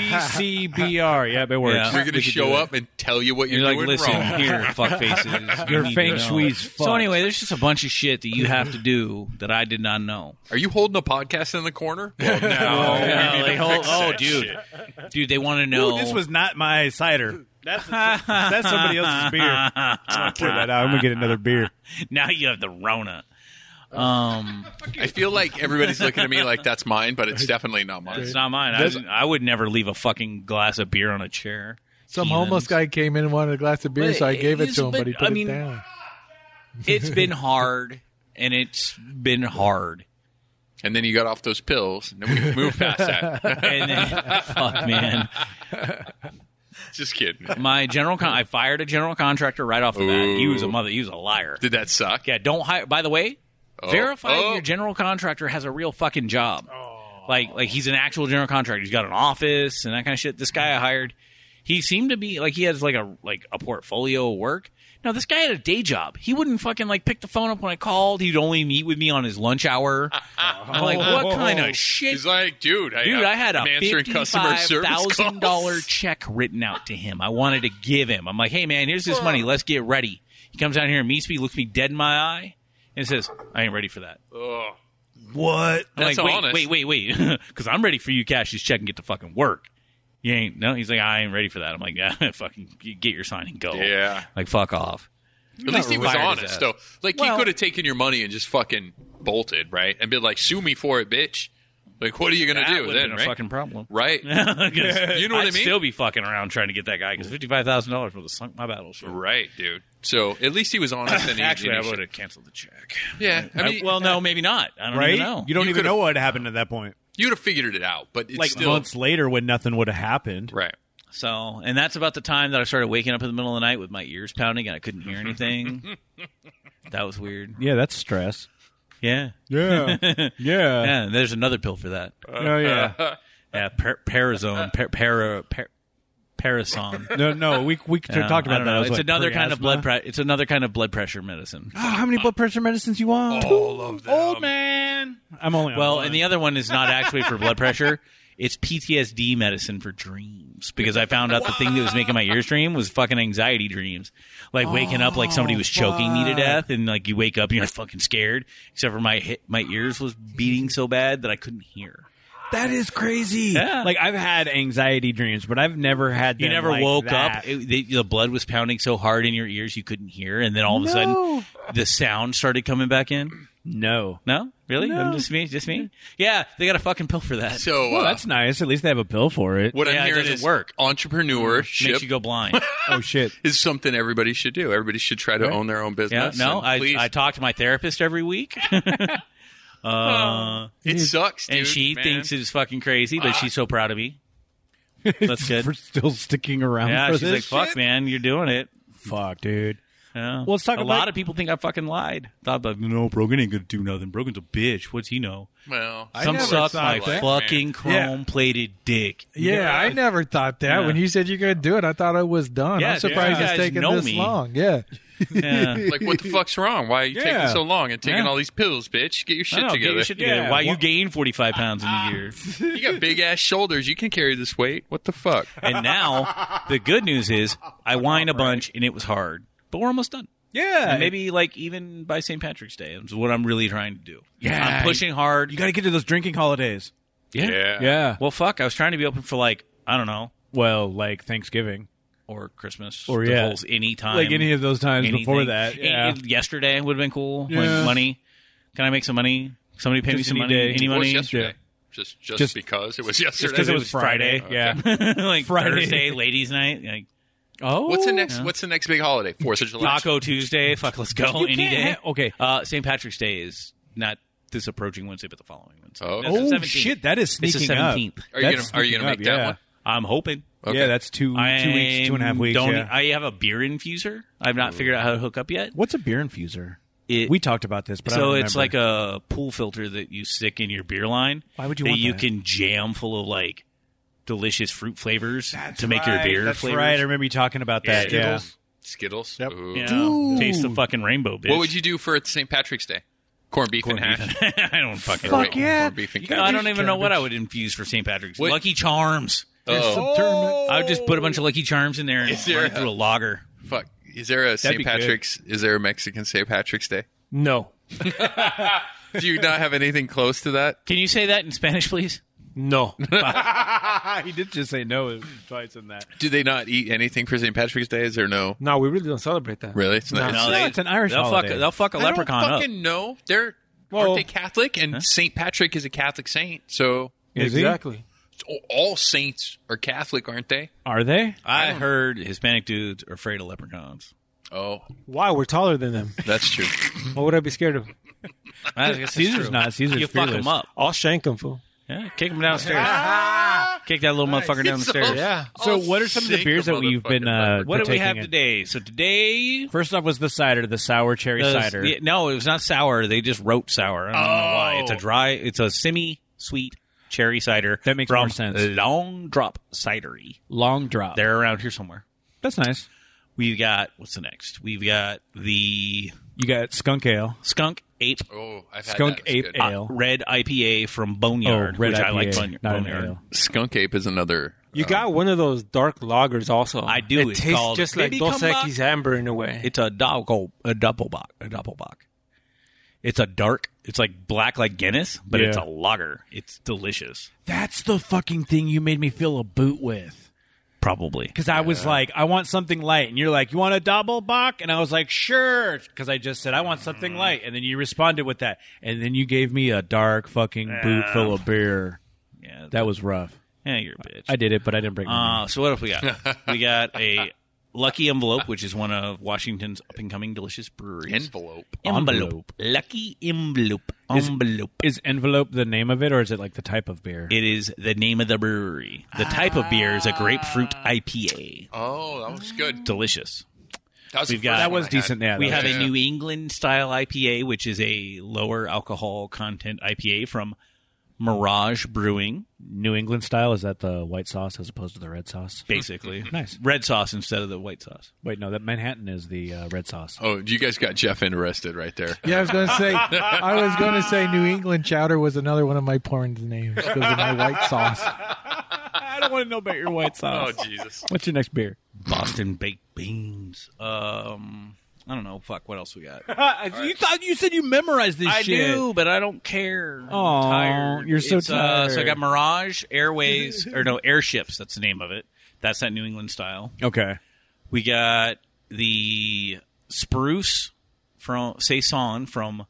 B: GCBR. Yep, it works.
A: Yeah.
C: We're gonna
A: We could
C: show
A: do
C: up and tell you what you're,
A: You're like,
C: doing
A: listen
C: wrong.
A: here, fuck faces. You
B: Your
A: need to
B: feng
A: know."
B: shui's
A: So
B: fucked.
A: anyway, there's just a bunch of shit that you have to do that I did not know.
C: Are you holding a podcast in the corner? Well, no.
A: Yeah,
C: we Oh, need
A: they
C: to
A: hold-
C: fix
A: oh,
C: that
A: dude,
C: shit.
A: dude, they want to know.
B: Ooh, this was not my cider. That's, that's somebody else's beer.
A: Ah,
B: I'm gonna clear that out. I'm gonna get another beer.
A: now you have the Rona. Um,
C: I feel like everybody's looking at me like that's mine, but it's definitely not mine.
A: it's not mine. I, was- I would never leave a fucking glass of beer on a chair.
E: Some
A: Heathens.
E: homeless guy came in and wanted a glass of beer,
A: But
E: so I gave it
A: it's-
E: to him, but he
A: but,
E: put
A: I mean-
E: it down.
A: It's been hard, and it's been hard.
C: And then you got off those pills, and then we moved past that.
A: And then, fuck, man.
C: Just kidding.
A: My general, con- I fired a general contractor right off the bat. He was a
C: Ooh.
A: mother. He was a liar.
C: Did that suck?
A: Yeah, don't hire. By the way, verify
C: oh.
A: your general contractor has a real fucking job. Like, like he's an actual general contractor. He's got an office and that kind of shit. This guy I hired, he seemed to be like he has like a like a portfolio of work. Now this guy had a day job. He wouldn't fucking like pick the phone up when I called. He'd only meet with me on his lunch hour. I'm like, what kind of shit?
C: He's like, dude, I,
A: Dude, I had a
C: I'm answering customer
A: fifty-five
C: service
A: thousand dollar
C: calls.
A: check written out to him. I wanted to give him. I'm like, hey man, here's this money. Let's get ready. He comes down here and meets me, looks me dead in my eye, and says, "I ain't ready for that."
C: Ugh.
A: What? I'm
C: That's
A: like, wait,
C: honest.
A: wait, wait, wait, because I'm ready for you, cash this check and get to fucking work. You ain't no. He's like, I ain't ready for that. I'm like, yeah, fucking get your sign and go.
C: Yeah.
A: Like fuck off.
C: At least he was
A: fired his ass.
C: honest, though. Like
A: Well-
C: he could have taken your money and just fucking bolted, right? And been like, sue me for it, bitch. Like, what are you gonna
A: That
C: do
A: would've
C: then,
A: been a
C: right?
A: fucking problem.
C: right,
A: 'Cause
C: You know what
A: I'd
C: I mean?
A: Still be fucking around trying to get that guy because fifty five thousand dollars would have sunk my battleship.
C: right, dude. So at least he was honest. And he,
A: Actually, I
C: and he
A: would have canceled the check.
C: Yeah, I
A: I-
C: mean,
A: well, no, maybe not. I don't
B: uh, Right?
A: even know.
B: You don't
C: You
B: even
C: could've-
B: know what happened at that point.
C: you'd have figured it out, but it's
B: Like
C: still
B: months later, when nothing would have happened.
C: right.
A: so, and that's about the time that I started waking up in the middle of the night with my ears pounding and I couldn't hear anything. that was weird.
B: Yeah, that's stress.
A: Yeah.
B: Yeah, yeah, yeah.
A: Yeah. and there's another pill for that.
B: Oh yeah.
A: Yeah. Per- parazone. Per- para. Per- Parasone.
B: No, no. We we
A: Yeah,
B: talked
A: I don't
B: about that.
A: know.
B: I was
A: It's
B: like,
A: another kind of
B: pre-asthma?
A: blood. Pre- it's another kind of blood pressure medicine.
C: Ah,
B: Oh, how many blood pressure medicines you want?
C: All of them.
B: Old man. I'm only on
A: Well,
B: one.
A: and the other one is not actually for blood pressure. It's PTSD medicine for dreams because I found out the thing that was making my ears dream was fucking anxiety dreams. Like waking up like somebody was choking me to death and like you wake up and you're fucking scared except for my hit, my ears was beating so bad that I couldn't hear.
B: that is crazy.
A: Yeah.
B: Like I've had anxiety dreams, but I've never had.
A: You
B: them
A: never
B: like
A: woke
B: that.
A: up. It, the, the blood was pounding so hard in your ears you couldn't hear and then all of a sudden the sound started coming back in.
B: No.
A: No? Really?
B: No.
A: I'm just me? Just me? Yeah, they got a fucking pill for that.
C: So
B: Well,
C: uh,
B: that's nice. At least they have a pill for it.
C: what
A: Yeah, it
C: I'm hearing
A: doesn't
C: is
A: work.
C: entrepreneurship
A: makes you go blind.
B: Oh shit.
C: is something everybody should do. Everybody should try to own their own
A: Yeah,
C: business.
A: no,
C: and
A: I,
C: please.
A: I talk to my therapist every week. uh,
C: it sucks, dude,
A: and she
C: man.
A: thinks it's fucking crazy, but she's so proud of me. That's good.
B: For still sticking around
A: yeah,
B: for
A: she's
B: this
A: like, fuck,
B: shit?
A: man, you're doing it.
B: Fuck, dude.
A: Yeah.
B: Well, let's talk
A: a
B: about-
A: lot of people think I fucking lied. Thought about, no, Brogan ain't going to do nothing. Brogan's a bitch. What's he know?
C: Well,
E: I
A: Some
E: never
A: suck
E: thought
A: my
E: that.
A: fucking chrome plated dick.
E: Yeah, I never thought that.
A: Yeah.
E: When you said you're going to do it, I thought I was done.
A: Yeah,
E: I'm surprised
A: you
E: it's
A: guys
E: taken
A: know
E: this
A: me.
E: long. Yeah.
A: Yeah.
C: like what the fuck's wrong? Why are you
B: Yeah.
C: taking so long and taking
A: Yeah.
C: all these pills, bitch? Get your
A: I
C: shit
A: don't know, get
C: together.
A: your shit together.
B: Yeah.
A: Why you gain 45 pounds in a year?
C: you got big ass shoulders. You can carry this weight. What the fuck?
A: and now, the good news is, I whined a bunch and it was hard, but we're almost done.
B: Yeah.
A: And maybe like even by St. Patrick's Day is what I'm really trying to do.
B: Yeah.
A: I'm pushing hard.
B: you got to get to those drinking holidays.
A: yeah.
B: Yeah.
A: Well, fuck. I was trying to be open for like I don't know
B: Well, like Thanksgiving,
A: or Christmas
B: Or,
A: the
B: yeah.
A: whole- any time,
B: like any of those times before
A: anything.
B: that.
A: Any-
B: Yeah.
A: yesterday would have been cool.
B: Yeah.
A: Like money. Can I make some money? Somebody pay me
B: Just
A: some
B: any
A: money.
B: day.
A: Any
C: Well, it's
A: money?
C: yesterday.
B: Yeah.
C: Just, just
B: Just-
C: because it was yesterday.
A: 'cause it was Friday.
B: Yeah.
A: like
B: Friday.
A: Thursday, ladies' night, like
B: Oh,
C: What's the next? What's the next big holiday? Fourth of July.
A: Taco Tuesday. Fuck, let's go
B: You
A: any
B: can't
A: day.
B: ha- okay.
A: Uh, St. Patrick's Day is not this approaching Wednesday, but the following Wednesday.
C: Oh.
A: That's the
B: Oh
A: 17th.
B: shit! That is
A: It's
B: sneaking
A: the 17th.
B: up.
C: Are you
B: That's
C: gonna- are you gonna
B: sneaking
C: make
B: up,
C: that
B: yeah.
C: one?
A: I'm hoping.
C: Okay.
B: Yeah, that's 2 two weeks, two and a half
A: I'm-
B: weeks.
A: Don't, e-,
B: yeah.
A: I have a beer infuser. I've not figured out how to hook up yet.
B: What's a beer infuser?
A: It-
B: we talked about this, but I
A: so
B: don't
A: it's
B: remember.
A: like a pool filter that you stick in your beer line.
B: Why would you
A: that
B: want
A: you
B: that?
A: can jam full of like delicious fruit flavors to make your beer
B: That's
A: flavors.
B: right. I remember you talking about that. Yeah.
A: Skittles.
C: Skittles.
E: Yep.
C: Ooh.
A: Yeah.
B: Dude.
A: Taste the fucking rainbow, bitch.
C: What would you do for St. Patrick's Day? Corned beef and hash.
A: I don't fucking.
C: Or
A: know.
C: wait,
B: yeah.
C: Corned beef and
B: You
C: cabbage.
B: gotta
A: I don't even know what
B: cabbage.
A: I would infuse for St. Patrick's.
C: Wait.
A: Lucky Charms.
C: Oh.
A: I would just put a bunch of Lucky Charms in there and
C: Is
A: run
C: there
A: it through a lager.
C: Oh, Fuck. Is there a St.
B: be good.
C: Patrick's? Is there a Mexican St. Patrick's Day?
D: No.
C: Do you not have anything close to that?
A: Can you say that in Spanish, please?
D: No.
B: he did just say no twice in that.
C: Do they not eat anything for St. Patrick's Day? Is there no?
D: no, we really don't celebrate that.
C: Really? It's not.
D: No.
B: No, it's an Irish
A: they'll
B: holiday.
A: Fuck, they'll fuck a
C: I
A: leprechaun
C: don't
A: up.
C: fucking know. They're
D: Well-
C: aren't they Catholic? And St. Patrick is a Catholic saint, so
B: Is he?
D: exactly.
C: all saints are Catholic, aren't they?
B: Are they?
A: I heard Hispanic dudes are afraid of leprechauns.
C: Oh,
D: Why? We're taller than them.
C: that's true.
D: What would I be scared of?
A: I guess that's
B: Caesar's
A: true.
B: not. Caesar's
A: You fuck
B: fearless.
A: them up.
D: I'll shank them, fool.
A: Yeah, kick him downstairs. kick that little motherfucker down the stairs.
D: Yeah.
B: So, what are some of the
C: Sick
B: beers that we've been?
C: motherfucker.
B: Uh,
A: What do we
B: partaking
A: have
B: in?
A: today? So today,
B: First off, was the cider, the sour cherry
A: the-
B: cider.
A: the- no, it was not sour. They just wrote sour. I don't know why. It's a dry. It's a semi-sweet cherry cider.
B: That makes
A: from
B: more sense.
A: Long Drop Cidery.
B: Long drop.
A: They're around here somewhere.
B: That's nice.
A: We've got what's the next? We've got the
B: You got skunk ale,
A: Skunk Ape
C: Oh, I've had
B: skunk
C: that. It's
B: ape
C: good.
A: uh,
B: ale.
A: Red IPA from Boneyard,
B: Oh, red
A: which I
B: IPA,
A: like Bone-
B: not an
A: Boneyard.
B: ale.
C: Skunk ape is another.
D: You
C: uh,
D: got one of those dark lagers also.
A: I do.
D: It
A: It's
D: tastes
A: called
D: just like
A: Baby
D: Dos
A: Come Back.
D: Equis Amber in a way.
A: It's a double a doppelbock a doppelbock. It's a dark. It's like black like Guinness, but it's
B: Yeah.
A: a lager. It's delicious,
B: That's the fucking thing you made me fill a boot with.
A: probably.
B: Because I was like, I want something light. And you're like, you want a double bock? And I was like, sure. Because I just said, I want something light. And then you responded with that. And then you gave me a dark fucking boot full of beer.
A: Yeah,
B: That was rough.
A: yeah, you're a bitch.
B: I did it, but I didn't break my
A: Uh, so what else we got? we got a Lucky Envelope, which is one of Washington's up and coming delicious breweries.
C: envelope.
B: Envelope.
A: Lucky Envelope.
B: Is-
A: Envelope.
B: Is envelope the name of it, or is it like the type of beer?
A: It is the name of the brewery. The type of beer is a grapefruit
B: Ah.
A: IPA.
C: Oh, that was good.
A: Delicious.
C: That was,
A: We've got-
B: that was decent. Yeah, that
A: we
B: was
A: have
B: decent.
A: a New England style IPA, which is a lower alcohol content IPA from Mirage Brewing,
B: New England style. Is that the white sauce as opposed to the red sauce?
A: basically.
B: Nice.
A: Red sauce instead of the white sauce.
B: Wait, no, that Manhattan is the uh, red sauce.
C: Oh, you guys got Jeff interested right there.
E: Yeah, I was going to say. I was going to say New England chowder was another one of my porn names because of my white sauce.
B: I don't want to know about your white
C: Oh
B: sauce.
C: Jesus!
B: What's your next beer?
A: Boston baked beans. Um, I don't know. Fuck. What else we got?
B: Uh, You thought you said you memorized this
A: I do, but I don't care. I'm
B: Aw,
A: tired.
B: you're so
A: It's, uh, so I
B: tired.
A: got Mirage Airways or no Airships. That's the name of it. That's that New England style.
B: Okay.
A: We got the Spruce from Saison from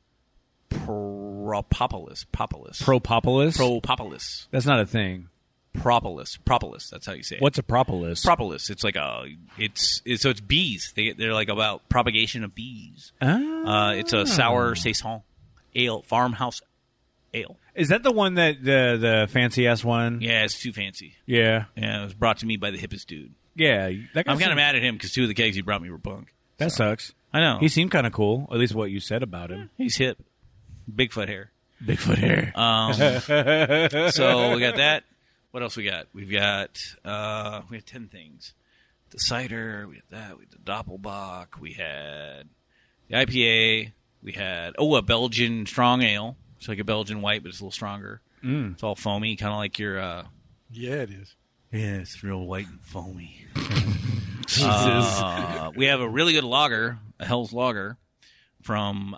A: Propolis. Propolis.
B: Propolis.
A: Propolis.
B: That's not a thing.
A: Propolis. Propolis. That's how you say it.
B: What's a propolis?
A: Propolis? It's like a. It's, it's so it's bees. They they're like about propagation of bees.
B: Ah.
A: Uh, it's a sour saison ale, farmhouse ale.
B: is that the one that the the fancy ass one?
A: Yeah, it's too fancy.
B: Yeah.
A: Yeah, it was brought to me by the hippest dude.
B: Yeah. That guy
A: I'm kind of
B: seemed-
A: mad at him because two of the kegs he brought me were bunk.
B: That sucks.
A: I know
B: He seemed kind of cool. At least what you said about him.
A: he's hip, Bigfoot hair.
B: Bigfoot hair.
A: Um, so we got that. What else we got? We've got uh, we had ten things. The cider. We had that. We had the doppelbock. We had the IPA. We had oh a Belgian strong ale. It's like a Belgian white, but it's a little stronger. Mm. It's all foamy, kind of like your. Uh,
E: Yeah, it is.
A: yeah, it's real white and foamy. Jesus. Uh, we have a really good lager, a Hell's Lager, from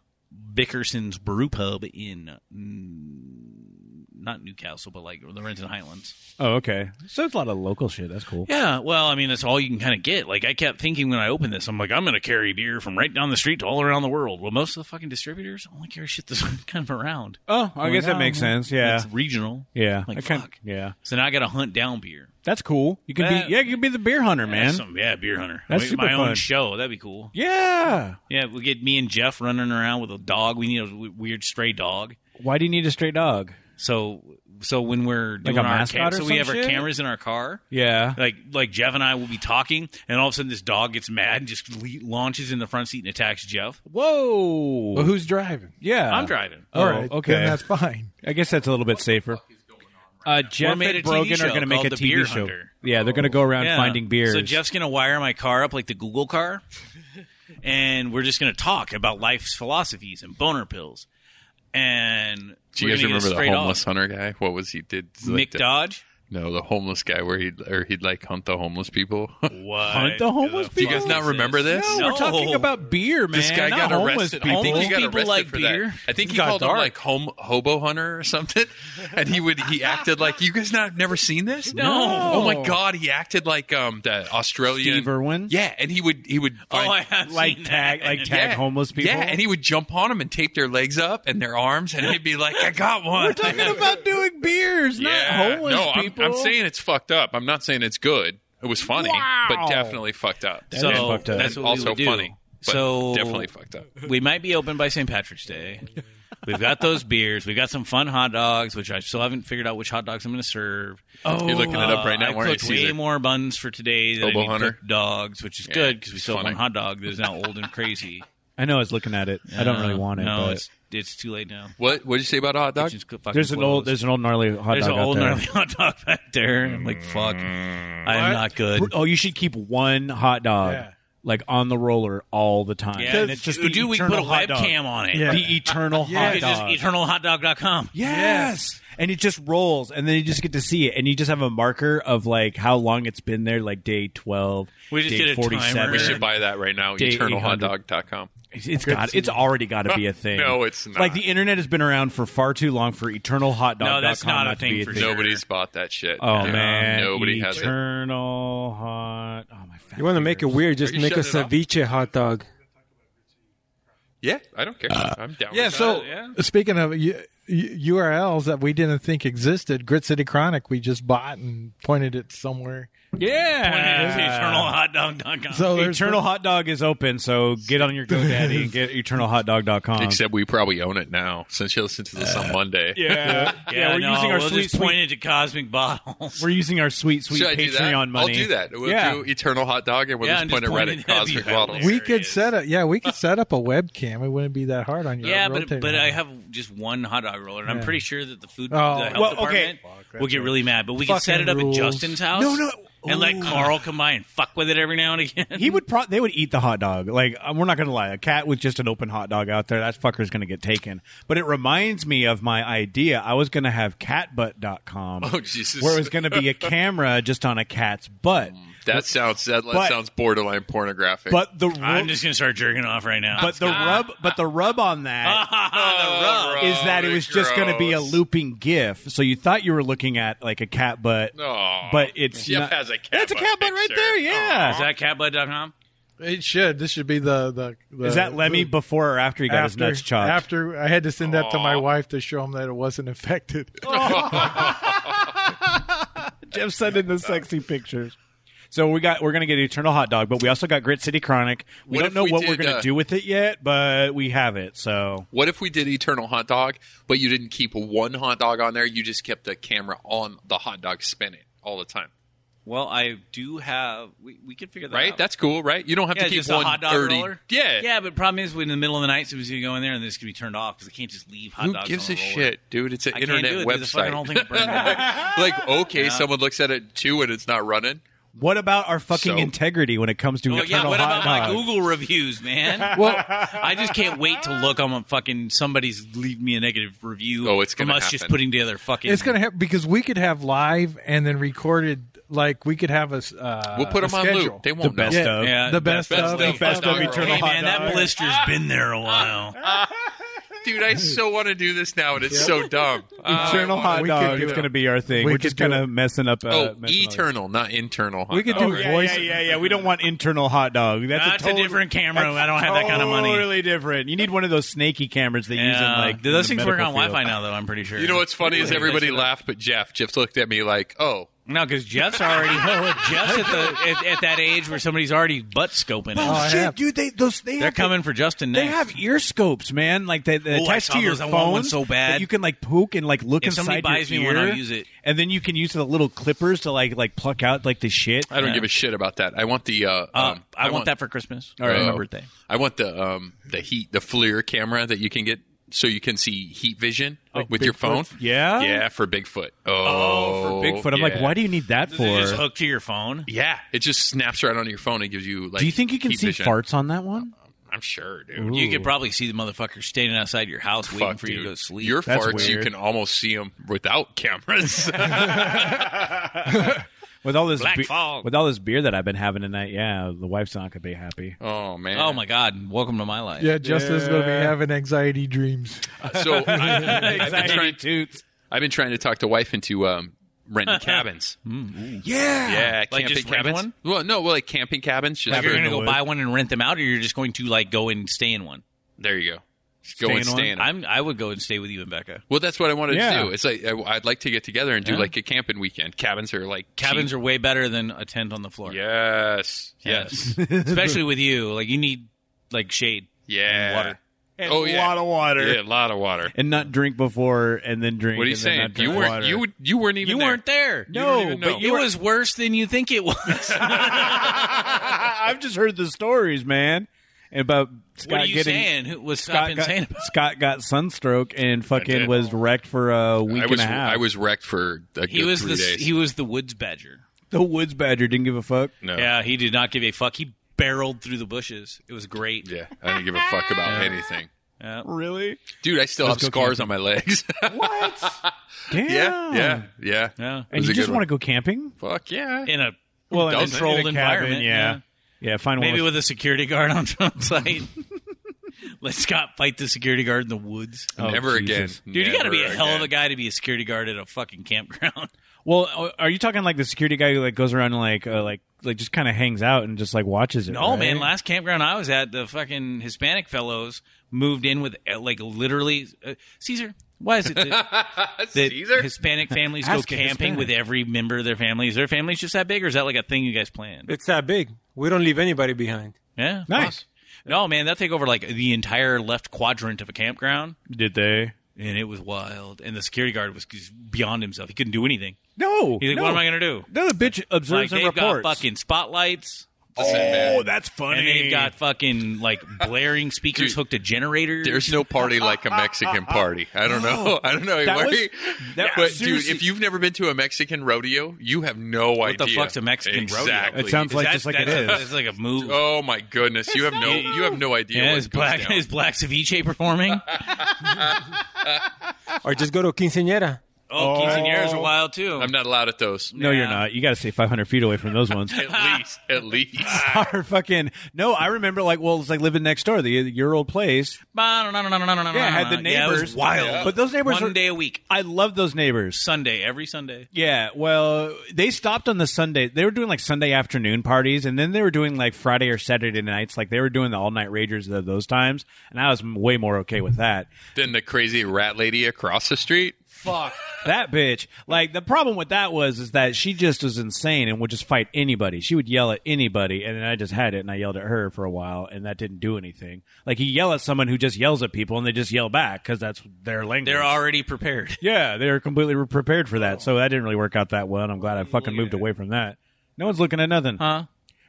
A: Bickerson's Brew Pub in mm, not Newcastle, but like the Renton Highlands.
B: Oh, okay. So it's a lot of local shit. That's cool.
A: Yeah, well, I mean, that's all you can kind of get. Like, I kept thinking when I opened this, I'm like, I'm going to carry beer from right down the street to all around the world. Well, most of the fucking distributors only carry shit that's kind of around.
B: Oh, I guess that makes sense. Yeah.
A: It's regional.
B: yeah.
A: Like,
B: I can-
A: fuck.
B: yeah.
A: So now I got to hunt down beer.
B: That's cool. You could
A: That-
B: be yeah, you could be the beer hunter,
A: That's
B: man.
A: some- yeah, beer hunter.
B: That's
A: Wait,
B: super
A: my
B: fun.
A: own show. That'd be cool.
B: Yeah.
A: Yeah, we get me and Jeff running around with a dog. We need a w- weird stray dog.
B: Why do you need a stray dog?
A: So, so when we're doing
B: a
A: our
B: mascot
A: cam- so
B: or
A: we
B: some
A: have our
B: shit?
A: cameras in our car.
B: Yeah.
A: like like Jeff and I will be talking, and all of a sudden this dog gets mad and just le- launches in the front seat and attacks Jeff.
B: Uh, Whoa.
E: Well, who's driving?
B: yeah.
A: I'm driving.
B: Oh,
E: All right,
B: okay.
E: Then that's fine.
B: I guess that's a little bit safer. Uh, Jeff
A: made
B: and
A: a TV
B: Brogan are
A: show
B: going to make
A: called The
B: a TV
A: Beer
B: show.
A: Hunter.
B: Yeah, they're going to go around
A: Yeah.
B: finding beers.
A: So Jeff's gonna wire my car up like the Google car, and we're just gonna talk about life's philosophies and boner pills. And
C: Do you
A: we're gonna
C: guys
A: get
C: remember the
A: straight
C: homeless
A: off.
C: hunter guy? What was he did?
A: Mick
C: like the-
A: Dodge?
C: No, the homeless guy where he'd or he'd like hunt the homeless people.
A: What?
B: Hunt the homeless
A: fuck
B: people? Do you
C: guys not
A: is
C: remember this?
B: no, we're talking about beer, man.
C: this guy
B: not
C: got
B: homeless
C: arrested.
B: People.
C: I think he got
A: Homeless people
C: arrested
A: like
C: for
A: beer?
C: that. I think
B: It
C: he
B: got
C: called
B: dark.
C: him like home hobo hunter or something, and he would he acted like you guys not never seen this?
A: No.
C: Oh my god, he acted like um that Australian
B: Steve Irwin?
C: Yeah, and he would he would
A: Oh,
C: find-
A: I have
B: like
A: seen
B: tag,
A: that.
B: like tag
C: Yeah.
B: homeless people.
C: Yeah, and he would jump on them and tape their legs up and their arms, and he'd be like, "I got one."
B: we're talking about doing beers,
C: yeah,
B: not homeless
C: no, I'm-
B: people.
C: I'm, saying it's fucked up. I'm not saying it's good. It was funny, but definitely fucked up.
A: so
B: is fucked up.
A: that's what we
C: also
A: would do.
C: funny. But
A: so
C: definitely fucked up.
A: we might be open by St. Patrick's Day. We've got those beers. We've got some fun hot dogs, which I still haven't figured out which hot dogs I'm going to serve.
B: oh,
C: You're looking it up
A: Uh,
C: right now.
A: I
C: weren't
A: cooked
C: you,
A: way
C: Caesar?
A: more buns for today than
C: Hobo
A: I did
C: hunter.
A: cooked dogs, which is
C: Yeah,
A: good because we
C: it's
A: still have
C: funny.
A: one hot dog that is now old and crazy. Um,
B: I know. I was looking at it. I don't really want it.
A: No,
B: but
A: it's it's too late now.
C: What What did you say about a hot dog?
A: Kitchen's co- fucking
B: there's an old,
A: closed.
B: there's an old gnarly hot
A: There's
B: dog
A: an old
B: out there.
A: gnarly hot dog back there. and I'm like, fuck, I am not good.
B: Oh, you should keep one hot dog
E: Yeah.
B: like on the roller all the time.
A: Yeah,
B: and it's just the
A: dude, we can put
B: eternal
A: a
B: hot dog.
A: webcam on it.
E: Yeah.
B: The eternal hot
A: It's just
B: dog.
A: eternalhotdog.com.
B: Yes. And it just rolls, and then you just get to see it, and you just have a marker of like how long it's been there, like day twelve,
A: We just
B: day
A: get a
B: forty-seven.
A: timer.
C: We should buy that right now.
B: Day
C: EternalHotDog.com.
B: It's- it's got. It's already got to be a thing.
C: No, it's not.
B: Like the internet has been around for far too long for eternal hot dog.
A: No, that's not a
B: to be
A: thing
B: a
A: for
B: thing.
A: sure.
C: Nobody's bought that shit.
B: Oh
C: No,
B: man,
C: nobody
B: eternal
C: has
B: hot.
C: it.
B: Oh my. fat
D: You want to make it
B: fingers.
D: weird? Just
C: you
D: make a
C: shutting
D: ceviche hot dog.
C: Yeah, I don't care.
A: Uh,
C: I'm down.
B: Yeah.
C: with
B: So
E: Speaking of U- U- URLs that we didn't think existed, Grit City Chronic, we just bought and pointed it somewhere.
B: yeah.
A: eternalhotdog.com.
E: So there's
B: Eternal Hot Dog is open, so get on your GoDaddy and get eternalhotdog.com.
A: Um,
C: that. Except we probably own it now since you listen to this
A: Uh,
C: on Monday.
B: yeah, yeah, we're
A: no,
B: using our
A: we'll
B: sweet,
A: just
B: sweet
A: point it to cosmic bottles.
B: We're using our sweet, sweet
C: Should I do that?
B: Patreon money.
C: I'll do that. We'll
B: yeah.
C: do Eternal Hot Dog and we'll
A: Yeah,
C: just
A: I'm
C: point
A: just
C: at
A: pointing
C: Reddit
A: at that
C: Cosmic
A: behind
C: Bottles.
E: We
A: There
E: could
A: it is.
E: set up. Yeah, we could set up a webcam. It wouldn't be that hard on your
A: Yeah, but
E: rotator.
A: but I have just one hot dog roller, and I'm
E: Yeah.
A: pretty sure that the food,
E: Oh.
A: the health
B: Well, okay.
A: department, will get really mad. But we can
E: Fucking
A: set it up
E: rules.
A: at Justin's house.
B: No, no.
A: and let
B: Ooh.
A: Carl come by and fuck with it every now and again.
B: He would. Pro- they would eat the hot dog. Like um, we're not going to lie, a cat with just an open hot dog out there, that fucker's going to get taken. But it reminds me of my idea. I was going to have catbutt.com,
C: Oh, Jesus.
B: where it was going to be a camera just on a cat's butt.
C: That sounds that
B: But-
C: sounds borderline pornographic.
B: But the
A: I'm
B: ru-
A: just gonna start jerking off right now.
B: but the rub, but the rub on that
C: Oh,
A: the
C: Ah,
A: rub.
B: is that it was just going to be a looping gif. So you thought you were looking at like a cat butt,
C: No,
B: but it's
C: Jeff
B: not-
C: has a cat.
B: That's a cat butt right
C: picture. Oh.
B: there. Yeah.
A: Is that catbud.com?
E: it should. This should be the the. the
B: Is that Lemmy
E: the-
B: before or after he got his
E: after,
B: nuts chopped?
E: after I had to send that to my
C: Aw.
E: wife to show him that it wasn't infected.
B: Jeff sent in the sexy pictures. So we got we're gonna get Eternal Hot Dog, but we also got Grit City Chronic. We
C: What
B: don't
C: if
B: know
C: we
B: what
C: did,
B: we're gonna
C: uh,
B: do with it yet, but we have it. So
C: What if we did Eternal Hot Dog, but you didn't keep one hot dog on there? You just kept the camera on the hot dog spinning all the time.
A: Well, I do have. We, we could figure that
C: Right?
A: out.
C: That's cool, right? You don't have
A: yeah,
C: to keep
A: just
C: one
A: a hot dog
C: 30
A: roller.
C: Yeah.
A: yeah, but problem is, when in the middle of the night, somebody's gonna go in there and this can be turned off because they can't just leave hot
C: Who
A: dogs.
C: gives
A: on
C: a
A: the roller.
C: shit, dude? It's an
A: I can't
C: internet
A: do it, dude. The fucking whole
C: website.
A: thing burned down.
C: like, okay, someone looks at it too and it's not running.
B: what about our fucking
C: So-
B: integrity when it comes to
A: Well,
B: Eternal
A: Oh, yeah, what
B: Hot
A: about my
B: Dog?
A: Google reviews, man? well, I just can't wait to look on a fucking somebody's leave me a negative review.
C: Oh, it's gonna
A: from us just
C: happen.
A: putting together fucking.
E: It's gonna happen because we could have live and then recorded. Like we could have a. s- Uh,
C: We'll put
E: a
C: them on
E: schedule.
C: loop. They
B: the
C: won't know.
B: best
E: Yeah.
B: of.
A: Yeah,
E: the best,
C: best
E: of,
C: of-
E: the
C: best of
E: the-
C: Eternal
A: Hey
B: Hot
A: man, that
B: Dog.
A: blister's been there a while.
C: Dude, I so want to do this now, and it's so dumb. Uh,
B: Eternal hot
E: we could
B: dog
E: do
B: is
E: it.
B: going to be our thing. We
E: We
B: are
E: could
B: just
E: do
B: kind
E: it.
B: of messing up. Uh,
C: oh,
B: messing up-
C: eternal, not internal. Hot
D: We could
C: dog.
D: do
B: Oh, Yeah,
D: voice.
B: yeah, yeah, yeah. We don't want internal hot dog. That's,
A: That's
B: a,
A: a
B: total-
A: different camera.
B: that's
A: I don't have that kind of money.
B: Totally different. You need one of those snaky cameras they use in
A: Yeah.
B: like
A: those
B: in the
A: things work on
B: medical
A: Wi-Fi
B: field.
A: now, though. I'm pretty sure.
C: You know what's funny is
A: Really?
C: everybody laughed, but Jeff. Jeff looked at me like, "Oh,
A: No, because Jeff's already Jeff's at the at, at that age where somebody's already butt scoping.
B: Oh,
A: him.
E: I
B: shit,
E: have.
B: dude! They those they
A: They're
B: have the-
A: coming for Justin
B: They
A: next.
B: have ear scopes, man. Like they, they
A: Oh, I
B: attached
A: saw
B: to your
A: those. I
B: phone
A: want one so bad.
B: you can like poke and like look
A: If
B: inside
A: somebody buys
B: your
A: me
B: ear,
A: one, I'll use it.
B: and then you can use the little clippers to like like pluck out like the shit.
C: I don't
A: Yeah.
C: give a shit about that. I want the. Uh,
A: Uh,
C: um,
A: I, want, that for Christmas or
C: uh,
A: my birthday.
C: I want the um, the heat, the FLIR camera that you can get, so you can see heat vision with your phone.
B: Oh, Yeah,
C: Yeah, for Bigfoot. Oh,
A: Oh, for
B: Bigfoot. I'm like,
C: yeah.
B: why do you need that
A: They just
B: for?
A: hook to your phone.
C: Yeah, it just snaps right onto your phone and gives you like.
B: Do you think you can
C: heat
B: see
C: vision.
B: farts on that one?
A: Uh-uh.
C: I'm sure, dude.
A: You could probably see the motherfucker standing outside your house waiting
C: Fuck,
A: for
C: dude.
A: you to go to sleep.
C: Your
B: That's
C: farts, you
B: weird.
C: can almost see them without cameras.
B: With all this
A: Black
B: be-
A: fog.
B: with all this beer that I've been having tonight, yeah, the wife's not gonna be happy.
C: oh man.
A: oh my god! Welcome to my life.
E: Yeah, Justin's going to be having anxiety dreams.
C: So I, have been trying.
B: toots.
C: I've been trying to talk to wife into um, renting cabins.
B: Yeah.
C: Yeah,
A: Like
C: camping
A: just rent
C: cabins.
A: one?
C: Well, no, well, like camping cabins. Just
A: Like you're
C: for-
A: gonna go
B: Wood.
A: buy one and rent them out, or you're just going to like go and stay in one.
C: there you go. Go
B: Stay
C: and
B: in
C: stay
B: one?
C: in 'em.
A: I'm I would go and stay with you and Becca.
C: Well, that's what I wanted
B: Yeah.
C: to do. It's like I, I'd like to get together and do
A: Yeah.
C: like a camping weekend. Cabins are like
A: Cabins are way better than a tent on the floor.
C: Yes, yes,
A: especially with you. Like you need like shade.
C: yeah.
A: Water.
C: oh yeah,
B: of water.
C: yeah, a lot of water.
B: And not drink before and then drink.
C: What are you
B: and then
C: saying?
B: not
C: You
B: drink
C: weren't.
B: water.
C: You would- you weren't even.
A: You
C: there.
A: weren't there.
C: don't
B: No,
C: even know.
B: but
A: It
B: you were,
A: was worse than you think it was.
B: I've just heard the stories, man, about Scott
A: what are you
B: getting
A: saying? Who was Scott,
B: Scott
A: been
B: got,
A: saying about?
B: Scott got sunstroke and fucking
C: did.
B: was wrecked for a week
C: I was.
B: and a half.
C: I was wrecked for a good
A: He was
C: three
A: the
C: days.
A: he was the woods badger.
B: the woods badger didn't give a fuck.
C: no.
A: Yeah, he did not give a fuck. He barreled through the bushes. It was great.
C: yeah. I didn't give a fuck about anything,
A: Yeah.
B: Really?
C: dude. I still have scars on my legs.
B: Damn.
C: yeah, yeah, yeah,
A: Yeah.
C: It
B: And
C: was
B: you
C: a
B: just
C: good
B: want to go
C: one.
B: camping?
C: Fuck yeah.
A: In a
B: Well,
C: in a
A: controlled
B: cabin,
A: environment,
B: yeah. Yeah, find
A: maybe
B: one.
A: with a security guard on site. Let Scott fight the security guard in the woods.
B: Oh,
C: Never
B: Jesus.
C: again,
A: Dude, you got to be a
C: Never
A: hell of a
C: again.
A: guy to be a security guard at a fucking campground.
B: Well, are- are you talking like the security guy who like goes around and like uh, like like just kind of hangs out and just like watches it?
A: No,
B: right?
A: man. Last campground I was at, the fucking Hispanic fellows moved in with uh, like literally uh, Caesar. Why is it that, that
C: Caesar?
A: Hispanic families go
B: Ask a
A: camping
B: Hispanic.
A: with every member of their family? Is their families just that big, or is that like a thing you guys plan?
D: It's that big. We don't leave anybody behind.
A: Yeah,
B: Nice.
A: No, man, that take over like the entire left quadrant of a campground,
B: Did they?
A: and it was wild. And the security guard was just beyond himself; he couldn't do anything.
B: No.
A: He's like,
B: no.
A: "What am I going to do?"
B: No, the bitch
A: Like
B: observes
A: they've
B: and reports.
A: got fucking spotlights.
C: Listen, man.
B: oh, that's funny.
A: And they've got fucking like blaring speakers
C: Dude,
A: hooked to generators.
C: There's no party like a Mexican party. I don't know. I don't know.
B: That was-
C: Larry.
B: that-
C: but dude,
B: seriously-
C: if you've never been to a Mexican rodeo, you have no idea.
A: the fuck's a Mexican rodeo?
C: exactly.
B: It sounds like
A: That-
B: just like it
A: that's
B: is.
A: a- that's like a move.
C: Oh my goodness, you have no, you have no idea.
A: yeah,
C: what
A: is
C: goes
A: black
C: down.
A: is black ceviche performing?
D: Or just go to quinceañera.
A: Oh, quinceañeras are wild too.
C: I'm not allowed at those.
B: No, you're
A: Yeah.
B: not. You got to stay 500 feet away from those ones.
C: At least, at least.
B: Our fucking no. I remember like well, it's like living next door, the your old place.
A: Bah, no, no, no, no, no, no,
B: Yeah,
A: no,
B: had the
A: no. Uh, Yeah, it
B: neighbors.
A: was wild.
B: but those neighbors
A: One
B: are-
A: day a week,
B: I love those neighbors.
A: Sunday, every Sunday.
B: Yeah, well, they stopped on the Sunday. They were doing like Sunday afternoon parties, and then they were doing like Friday or Saturday nights. Like they were doing the all night ragers of those times, and I was way more okay with that.
C: Then the crazy rat lady across the street.
B: Fuck that bitch. Like the problem with that was is that she just was insane and would just fight anybody. She would yell at anybody, and then I just had it, and I yelled at her for a while, and that didn't do anything. Like you yell at someone who just yells at people, and they just yell back because that's their language.
A: They're already prepared.
B: Yeah, they were completely re- prepared for that. So that didn't really work out that well. And I'm glad I fucking moved away from that. No one's looking at nothing.
A: Huh?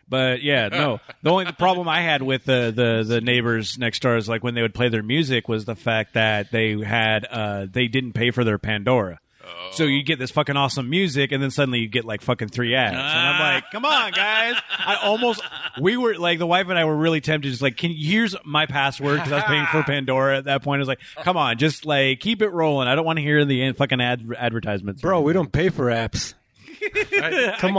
B: But yeah, no. The only the problem I had with the, the the neighbors next door is like when they would play their music was the fact that they had uh they didn't pay for their Pandora. So you get this fucking awesome music, and then suddenly you get like fucking three ads, and I'm like, "Come on, guys!" I almost we were like the wife and I were really tempted, just like, "Can here's my password?" Because I was paying for Pandora at that point. I was like, "Come on, just like keep it rolling. I don't want to hear the end fucking ad advertisements."
D: Bro, we don't pay for apps. Come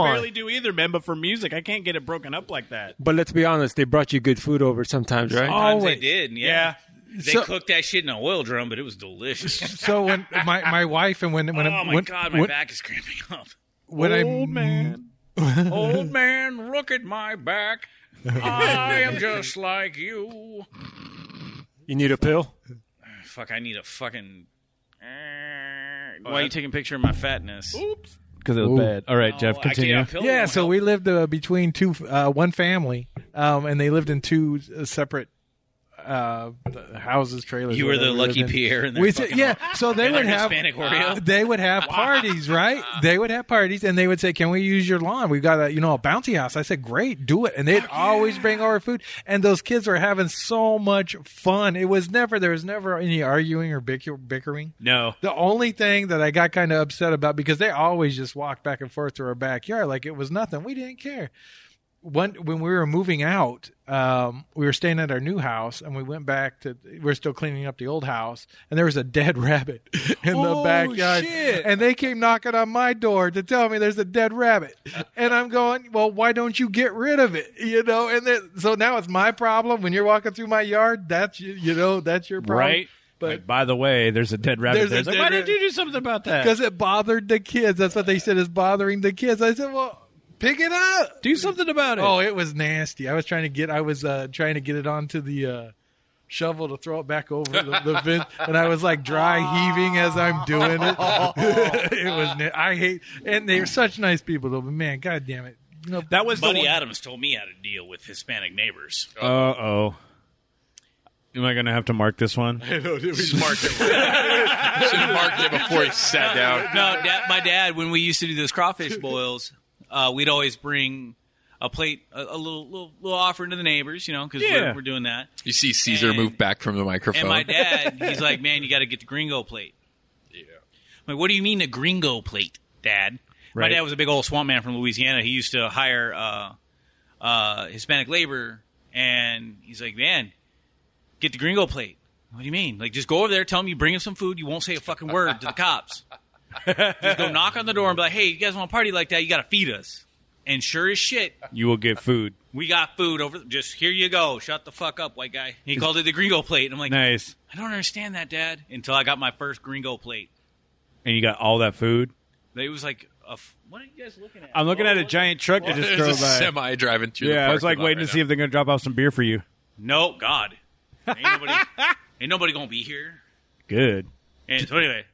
B: I
D: on.
B: barely do either, man. But for music, I can't get it broken up like that.
D: But let's be honest, they brought you good food over sometimes, right?
A: Sometimes they
B: Always.
A: did. Yeah.
B: Yeah.
A: They
E: So-
A: cooked that shit in an oil drum, but it was delicious.
E: So when my, my wife and when when
A: oh my
E: when,
A: god, my
E: when,
A: back is cramping up.
E: when
B: Old
E: I
B: man.
A: Old man, look at my back. I am just like you.
D: You need a pill?
A: Fuck, I need a fucking. Why are you taking a picture of my fatness?
B: Because it was
E: Ooh.
B: bad. All right, Jeff,
A: Oh, I can't-
B: continue.
A: a pill
E: yeah,
A: won't
E: so
A: help.
E: we lived uh, between two uh, one family, um, and they lived in two uh, separate uh houses trailers
A: You were the
E: whatever we
A: lucky
E: lived in.
A: Pierre in their
E: we
A: fucking
E: yeah so they
A: They're
E: would
A: like
E: have
A: Hispanic Oreo.
E: they would have parties right they would have parties and they would say can we use your lawn we got a you know a bouncy house i said great do it and they'd always bring over food and those kids were having so much fun it was never there was never any arguing or bicker, bickering
B: No.
E: the only thing that I got kind of upset about because they always just walked back and forth through our backyard like it was nothing. We didn't care. When when we were moving out, um, we were staying at our new house, and we went back to we were still cleaning up the old house, and there was a dead rabbit in the
B: Oh,
E: backyard,
B: shit.
E: and they came knocking on my door to tell me there's a dead rabbit, and I'm going, well, why don't you get rid of it, you know? And then, so now it's my problem when you're walking through my yard. That's you, you know that's your problem,
B: Right?
E: But
B: Like, by the way, there's a dead rabbit
E: There's
B: there.
E: a
B: It's like,
E: dead
B: why
E: rabbit.
B: did you do something about that?
E: because it bothered the kids. That's what they said is bothering the kids. I said, well, pick it up.
B: Do something about it.
E: Oh, it was nasty. I was trying to get, I was uh, trying to get it onto the uh, shovel to throw it back over the, the fence, and I was like dry heaving as I'm doing it. it was. Na- I hate, and they were such nice people though. But man, god damn it, you know,
B: that was
A: Buddy
B: the one.
A: Adams told me how to deal with Hispanic neighbors.
B: Uh-oh. Am I going to have to mark this one?
C: Should mark it. Should mark it before he sat down.
A: no, dad, my dad, when we used to do those crawfish boils, uh, we'd always bring a plate, a, a little, little little offering to the neighbors, you know, because
B: Yeah.
A: we're, we're doing that.
C: You see Caesar
A: And-
C: move back from the microphone.
A: And my dad, he's like, "Man, you got to get the gringo plate." Yeah. I'm like, what do you mean the gringo plate, Dad?
B: Right.
A: My dad was a big old swamp man from Louisiana. He used to hire uh, uh, Hispanic labor, and he's like, "Man, get the gringo plate." What do you mean? Like, just go over there, tell them you bring him some food. You won't say a fucking word to the cops. just go knock on the door and be like, "Hey, you guys want to party like that? You got to feed us." And sure as shit,
B: You will get food.
A: we got food over. Just here you go. Shut the fuck up, white guy. He called it the gringo plate. I'm like,
B: Nice.
A: I don't understand that, Dad. Until I got my first gringo plate.
B: And you got all that food?
A: It was like, a f- what are you guys looking at?
B: I'm looking at a giant truck that just
C: There's a
B: drove by.
C: semi driving through. the
B: yeah, I was like
C: parking lot
B: waiting
C: right
B: to see if they're going to drop off some beer for you.
A: No, God. Ain't nobody, ain't nobody going to be here.
B: Good.
A: And so anyway,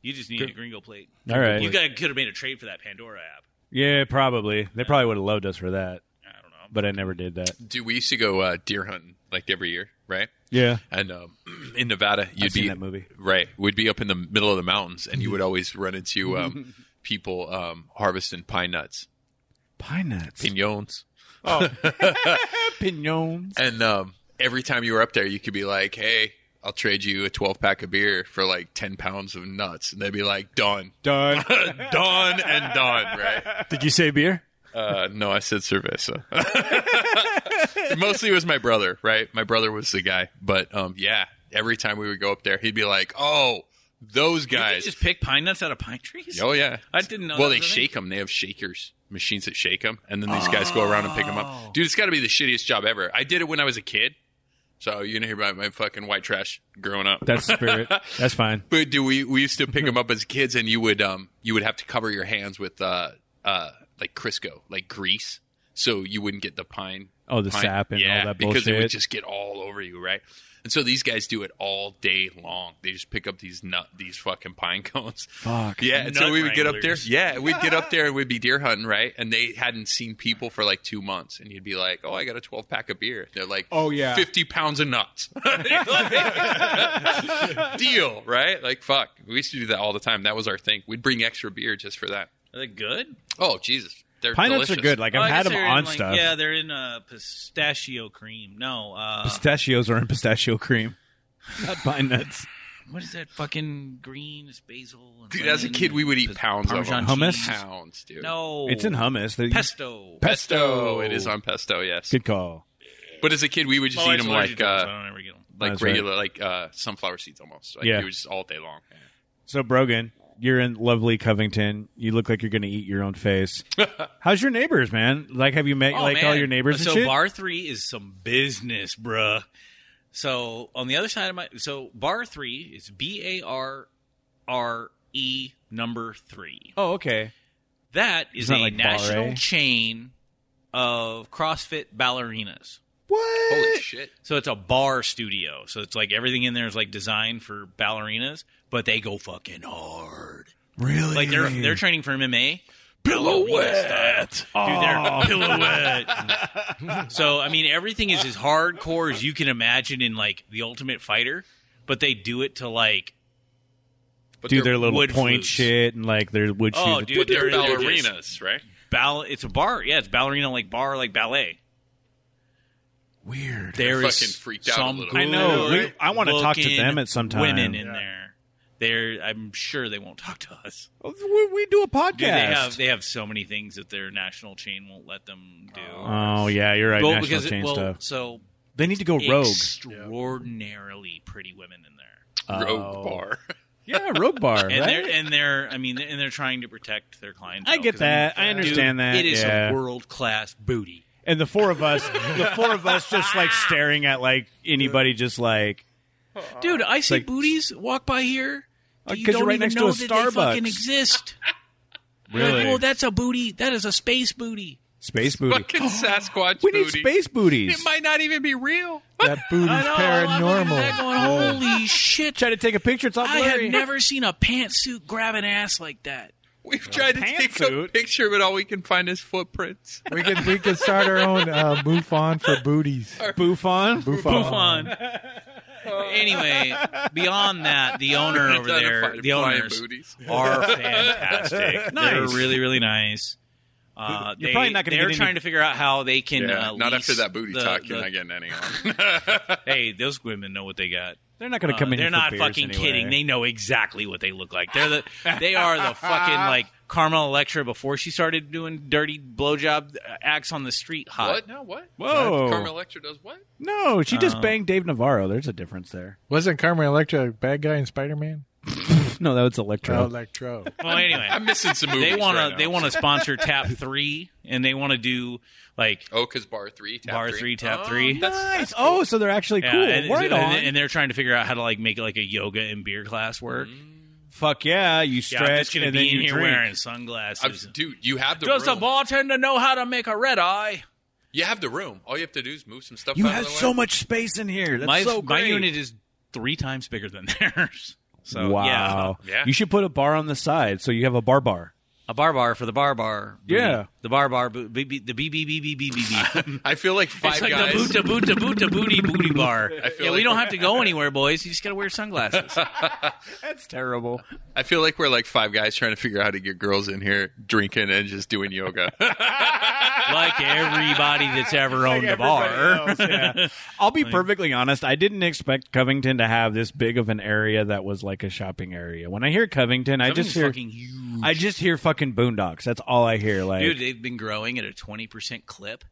A: you just need a gringo plate.
B: All right.
A: You guys could have made a trade for that Pandora app.
B: yeah, probably. They probably would have loved us for that,
A: I don't know.
B: but I never did that.
C: now. Dude, we used to go uh, deer hunting like every year, right?
B: Yeah.
C: And um, in Nevada, you'd
B: I've
C: be
B: seen that movie.
C: right. We'd be up in the middle of the mountains, and you would always run into um, people um, harvesting pine nuts,
B: Pine nuts. Oh.
C: piñons,
B: Pinions.
C: and um, every time you were up there, you could be like, "Hey, I'll trade you a twelve pack of beer for like ten pounds of nuts," and they'd be like, "Done,
B: Done.
C: done, and done." Right?
B: Did you say beer?
C: Uh, no, I said cerveza. Mostly it was my brother, right? My brother was the guy. But um, yeah, every time we would go up there, he'd be like, "Oh, those
A: You
C: guys."
A: just pick pine nuts out of pine trees?
C: Oh yeah,
A: I didn't know
C: Well,
A: that
C: they
A: was a
C: shake them. They have shakers, machines that shake them, and then these guys go around and pick them
A: Oh.
C: up. Dude, it's got to be the shittiest job ever. I did it when I was a kid, so you're gonna hear about my fucking white trash growing up.
B: That's the spirit. That's fine.
C: But do we we used to pick them up as kids, and you would um you would have to cover your hands with uh uh like Crisco, like grease, so you wouldn't get the pine.
B: Oh, the
C: pine-
B: sap and all
C: yeah,
B: that
C: because it would
B: bullshit.
C: just get all over you, right? And so these guys do it all day long. They just pick up these nut these fucking pine cones.
B: Fuck.
C: Yeah, and so
A: Nut
C: we would get up there.
A: wranglers.
C: Yeah, we'd get up there and we'd be deer hunting, right? And they hadn't seen people for like two months, and you'd be like, "Oh, I got a twelve pack of beer." They're like,
B: Oh, yeah.
C: fifty pounds of nuts." Deal, right? Like, fuck. We used to do that all the time. That was our thing. We'd bring extra beer just for that.
A: Are they good?
C: Oh Jesus, they're
B: Pine nuts are
C: delicious.
B: good. Like,
A: Oh, I
B: I've had
A: guess
B: them
A: they're in,
B: on
A: like-
B: stuff.
A: Yeah, they're in uh, pistachio cream. No. Uh,
B: Pistachios are in pistachio cream. Not pine nuts.
A: what is that fucking green? It's basil. And
C: dude. As a
A: lemon
C: kid, we would eat
A: and
C: pounds
A: Parmesan
C: of them.
B: Hummus?
A: cheese.
C: Pounds, dude.
A: No.
B: It's in hummus. They-
A: Pesto.
C: pesto. It is on pesto. Yes,
B: Good call.
C: but as a kid, we would
A: Oh,
C: just eat them like uh,
A: don't ever get them.
C: like
B: That's right.
C: regular, like uh, sunflower seeds almost. Like,
B: Yeah.
C: it was just all day long.
B: So, Brogan, you're in lovely Covington. You look like you're going to eat your own face. How's your neighbors, man? Like, have you met like all your neighbors and
A: Oh, So
B: shit?
A: bar three is some business, bruh. So on the other side of my so bar three is B A R R E number three.
B: Oh, okay.
A: That is a
B: not like bar,
A: national
B: eh?
A: chain of CrossFit ballerinas.
C: Holy shit!
A: So it's a bar studio. So it's like everything in there is like designed for ballerinas, but they go fucking hard.
B: Really?
A: Like they're they're training for MMA. Pillouette, dude, they're pillouette. so I mean, everything is as hardcore as you can imagine in like the Ultimate Fighter, but they do it to like
C: But
B: do their little
A: wood
B: point
A: flutes.
B: shit and like their wood
A: Oh,
B: shoes.
A: dude.
C: but they're
A: they're- they're just-
C: ballerinas, right?
A: ball. It's a bar, yeah. It's ballerina like bar like ballet.
B: Weird.
A: There is
C: fucking freaked out a
A: some
C: little
A: good
C: bit.
B: I know. We- I wanna talk to
A: looking
B: them at some time.
A: Women in there. They're. I'm sure they won't talk to us.
B: Oh, We, we do a podcast.
A: Dude, they have they have so many things that their national chain won't let them do.
B: oh yeah, you're right.
A: Well,
B: National
A: it-
B: chain
A: well,
B: stuff.
A: So
B: They need to go rogue.
A: extraordinarily pretty women in there,
C: Rogue
B: Oh.
C: bar.
B: Yeah, rogue bar.
A: and
B: right?
A: they're and they're I mean and they're trying to protect their clients.
B: I get that. I understand that.
A: It is
B: yeah.
A: a world class booty.
B: and the four of us, the four of us, just like staring at like anybody, just like
A: Dude, I see
B: like- Uh,
A: booties walk by here. that you
B: 'cause you're
A: don't
B: right
A: even
B: next to
A: know
B: a
A: that they fucking
B: Starbucks.
A: exist. You're
B: really
A: Like, oh, that's a booty. That is a space booty.
B: space booty.
C: Fucking Sasquatch
B: We need
C: booty.
B: space booties.
C: It might not even be real.
E: That booty's
A: I know. I'm looking at that
E: paranormal.
A: going, Holy shit!
B: Try to take a picture. It's all
A: I
B: blurry.
A: have never seen a pantsuit grab an ass like that.
C: We've tried to take a
B: Uh, pantsuit.
C: picture, but all we can find is footprints.
E: We could we could start our own uh, MUFON for booties.
B: Buffon.
A: Poof
C: Um,
A: on. anyway, beyond that, the owner over there,
C: Identified
A: the
C: flying
A: owners
C: booties.
A: are fantastic. They're
B: Nice.
A: really, really nice. Uh,
B: You're
A: they,
B: probably not gonna
A: they're
B: get any-
A: trying to figure out how they can.
C: Yeah,
A: uh,
C: not
A: lease
C: after that booty
A: the-
C: talk.
A: the-
C: You're not getting any on.
A: hey, those women know what they got.
B: They're not going to
A: Uh,
B: come in.
A: they're
B: here for
A: not
B: beers
A: fucking
B: anyway.
A: kidding. They know exactly what they look like. They're the they are the fucking like Carmel Electra before she started doing dirty blowjob uh, acts on the street. Hot.
C: what? No, what?
B: Whoa.
C: Carmen Electra does what?
B: No, she
A: Oh.
B: just banged Dave Navarro. There's a difference there.
E: Wasn't Carmen Electra a bad guy in Spider Man?
B: No, that was Electro.
E: Oh, Electro.
A: Well, anyway,
C: I'm missing some movies.
A: they want
C: want
A: to they want to sponsor Tap Three, and they want to do like
C: Oh, because bar three, tap
A: Bar
C: three,
A: Three, Tap
C: Oh,
A: Three.
C: That's,
B: nice. Oh, so they're actually
A: Yeah,
B: cool.
A: uh, and,
B: right on.
A: and, and they're trying to figure out how to like make it like a yoga and beer class work.
B: Fuck yeah, you
A: Yeah,
B: stretch
A: I'm just gonna
B: and
A: be
B: then
A: in
B: you
A: here
B: drink.
A: wearing sunglasses.
C: I've- dude, you have the
A: Does the
C: room.
A: bartender know how to make a red eye?
C: you have the room. All you have to do is move some stuff.
B: You
C: out
B: have
C: of the
B: so
C: way.
B: much space in here. That's
A: my
B: so
A: my
B: great.
A: unit is three times bigger than theirs. So yeah,
B: wow.
C: Yeah.
B: You should put a bar on the side so you have a bar bar.
A: a bar bar for the bar bar. booty.
B: Yeah.
A: the bar bar boo- b- b- the b b b b b b b.
C: I feel like five
A: It's like
C: guys.
A: the boot to boot to boot to booty booty bar.
C: I feel
A: yeah, we
C: like-
A: don't have to go anywhere, boys. You just gotta wear sunglasses.
B: That's terrible.
C: I feel like we're like five guys trying to figure out how to get girls in here drinking and just doing yoga.
A: like everybody that's ever owned a bar.
B: I'll be perfectly honest. I didn't expect Covington to have this big of an area that was like a shopping area. When I hear Covington, I just
A: Something's
B: hear
A: fucking huge.
B: I just hear fucking boondocks. That's all I hear. Like
A: Dude, they've been growing at a twenty percent clip.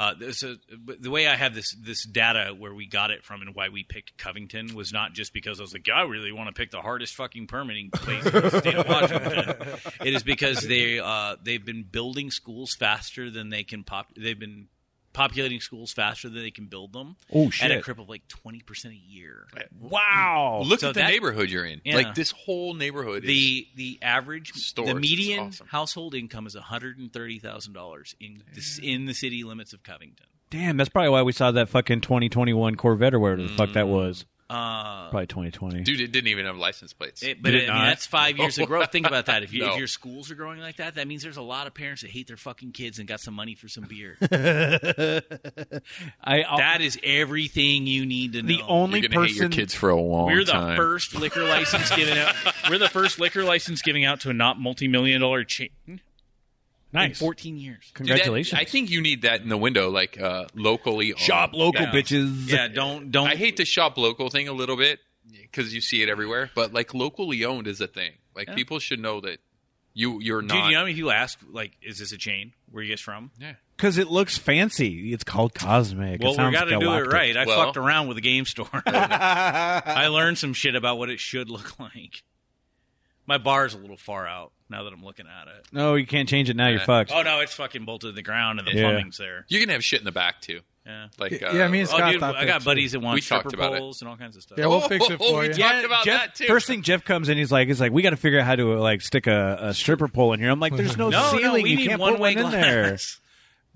A: Uh, there's a, but the way I have this this data where we got it from and why we picked Covington was not just because I was like, "Yeah, I really want to pick the hardest fucking permitting place in the state of Washington. it is because they uh, they've been building schools faster than they can pop. They've been populating schools faster than they can build them.
B: Oh,
A: At a
B: shit.
A: clip of like twenty percent a year.
B: wow.
C: Look
A: Oh, So
C: at the
A: that-
C: neighborhood you're in.
A: Yeah.
C: Like this whole neighborhood. is,
A: the the average
C: Stores,
A: the
C: it's
A: median
C: awesome.
A: household income is one hundred and thirty thousand dollars in this in the city limits of Covington.
B: Damn, that's probably why we saw that fucking 2021 Corvette or whatever the fuck
A: Mm.
B: that was.
A: Uh,
B: Probably 2020.
C: dude, it didn't even have license plates.
A: it- but
B: Did it
A: I mean,
B: not?
A: that's five years of growth. Think about that. If, you,
C: No.
A: if your schools are growing like that, that means there's a lot of parents that hate their fucking kids and got some money for some beer.
B: I, I'll-
A: that is everything you need to know.
B: the only
C: you're gonna
B: person
C: hate your kids for a long
A: we're the
C: time.
A: first liquor license given out. We're the first liquor license giving out to a not multi-million dollar chain in
B: nice.
A: 14 years.
C: Dude, that-
B: Congratulations.
C: I think you need that in the window, like uh, locally. owned.
B: Shop local
A: Yeah.
B: bitches.
A: Yeah, don't don't.
C: I hate the shop local thing a little bit because you see it everywhere, but like locally owned is a thing. Like
A: Yeah.
C: people should know that you you're
A: Dude,
C: not.
A: you know how many people ask like, "Is this a chain? Where you guys from?"
C: yeah.
B: Because it looks fancy. It's called Cosmic.
A: Well,
B: it
A: we
B: sounds
A: got to do it
B: galactic.
A: right. I
C: Well-
A: fucked around with a game store. I learned some shit about what it should look like. My bar's a little far out now that I'm looking at it.
B: No, you can't change it now. You're
C: Yeah.
B: fucked.
A: Oh no, it's fucking bolted to the ground and the
B: Yeah.
A: plumbing's there.
C: You're gonna have shit in the back too.
A: Yeah.
C: Like,
E: Yeah,
C: uh,
E: yeah, I mean, it's-
A: Oh,
E: Scott
A: dude,
E: thought
A: I got
E: that,
A: buddies that
C: We
A: want
C: talked
A: stripper
C: about it.
A: poles and all kinds of stuff.
E: Yeah, we'll fix it
C: Oh,
E: for
C: we
E: you.
C: talked about
B: Jeff-
C: that too.
B: First thing Jeff comes in, he's like, "He's like, we got to figure out how to uh, like stick a, a stripper pole in here." I'm like, "There's Oh, no,
A: no,
B: ceiling.
A: no, we
B: you
A: need
B: can't put
A: one-way
B: one in there."
A: glass.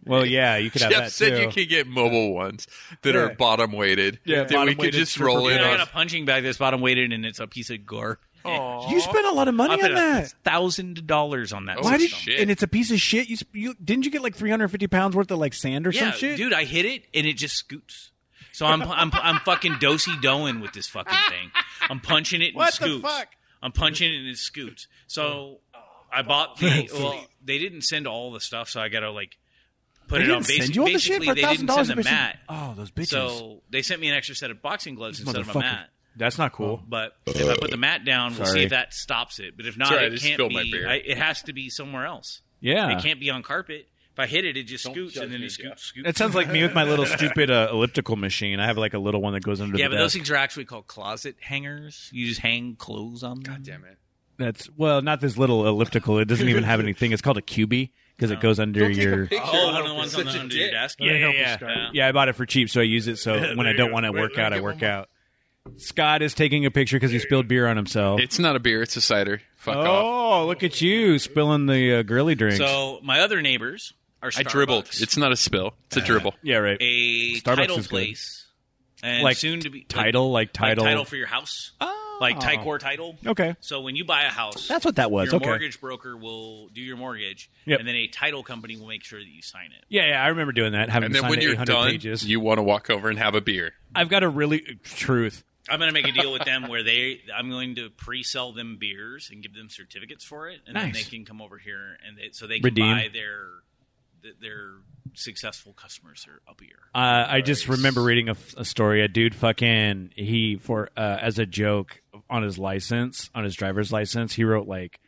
B: Well, yeah, you could have
C: Jeff
B: that
C: said
B: too.
C: you can get mobile ones that are
E: Yeah.
C: bottom weighted.
B: Yeah,
C: that we could
B: bottom-weighted
C: just
B: stripper
C: roll
A: Yeah,
C: in.
A: I
C: on.
A: got a punching bag that's bottom weighted and it's a piece of gar.
B: You spent a lot of money
A: I
B: on
A: spent a
B: that.
A: thousand dollars on that.
C: Oh,
B: Why did?
C: shit.
B: And it's a piece of shit. You, sp- you didn't you get like 350 pounds worth of like sand or
A: yeah,
B: some shit?
A: dude, I hit it and it just scoots. So I'm I'm I'm fucking dosey doing with this fucking thing. I'm punching it and
B: What the
A: scoots.
B: fuck?
A: I'm punching it and it scoots. So
C: Oh,
A: I bought the well, they didn't send all the stuff, so I gotta like put
B: They
A: it on.
B: didn't
A: Basic,
B: send you all the shit
A: basically,
B: for
A: they
B: thousand
A: didn't send
B: dollars.
A: the mat.
B: Oh, those bitches.
A: So they sent me an extra set of boxing gloves instead of a
B: Motherfucker.
A: mat.
B: That's not cool.
A: But if I put the mat down, we'll
B: Sorry.
A: see if that stops it. But if not,
C: all right, I
A: it
C: just
A: can't
C: spilled
A: be.
C: my beer.
A: I, it has to be somewhere else.
B: Yeah.
A: It can't be on carpet. If I hit it, it just scoots and then it scoots. scoots.
B: That sounds like me with my little stupid uh, elliptical machine. I have like a little one that goes under
A: yeah,
B: the
A: but those
B: desk.
A: things are actually called closet hangers. You just hang clothes on them.
C: God damn it.
B: That's well, not this little elliptical. It doesn't even have anything. It's called a QB because it goes under your.
A: Oh, one of the ones on the, under your desk. Yeah,
B: yeah, yeah.
A: yeah.
B: Yeah, I bought it for cheap, so I use it. So when I don't want to work out, I work out. Scott is taking a picture because he spilled beer on himself.
C: It's not a beer. It's a cider. Fuck off.
B: Oh, look at you spilling the uh, girly drinks.
A: So my other neighbors are Starbucks,
C: I dribbled. It's not a spill. It's a
B: Uh,
C: dribble.
B: yeah, right.
A: a
B: Starbucks
A: title
B: is good.
A: place, and
B: Like
A: soon to be
B: title, like
A: like, like
B: title.
A: title for your house,
B: Oh.
A: like Tycor title.
B: Okay,
A: So when you buy a house,
B: that's what that was.
A: your
B: okay.
A: mortgage broker will do your mortgage,
B: Yep.
A: and then a title company will make sure that you sign it.
B: Yeah, yeah, I remember doing that. Having
C: And
B: to
C: then
B: sign
C: when
B: the
C: you're
B: 800
C: done,
B: pages.
C: you want to walk over and have a beer.
B: I've got a really truth.
A: I'm going to make a deal with them where they I'm going to pre-sell them beers and give them certificates for it, and then
B: Nice.
A: they can come over here and they, so they can
B: Redeem.
A: buy their th- their successful customers their a beer.
B: Uh, I just remember reading a, f- a story. A dude fucking he for uh, as a joke on his license, on his driver's license, he wrote like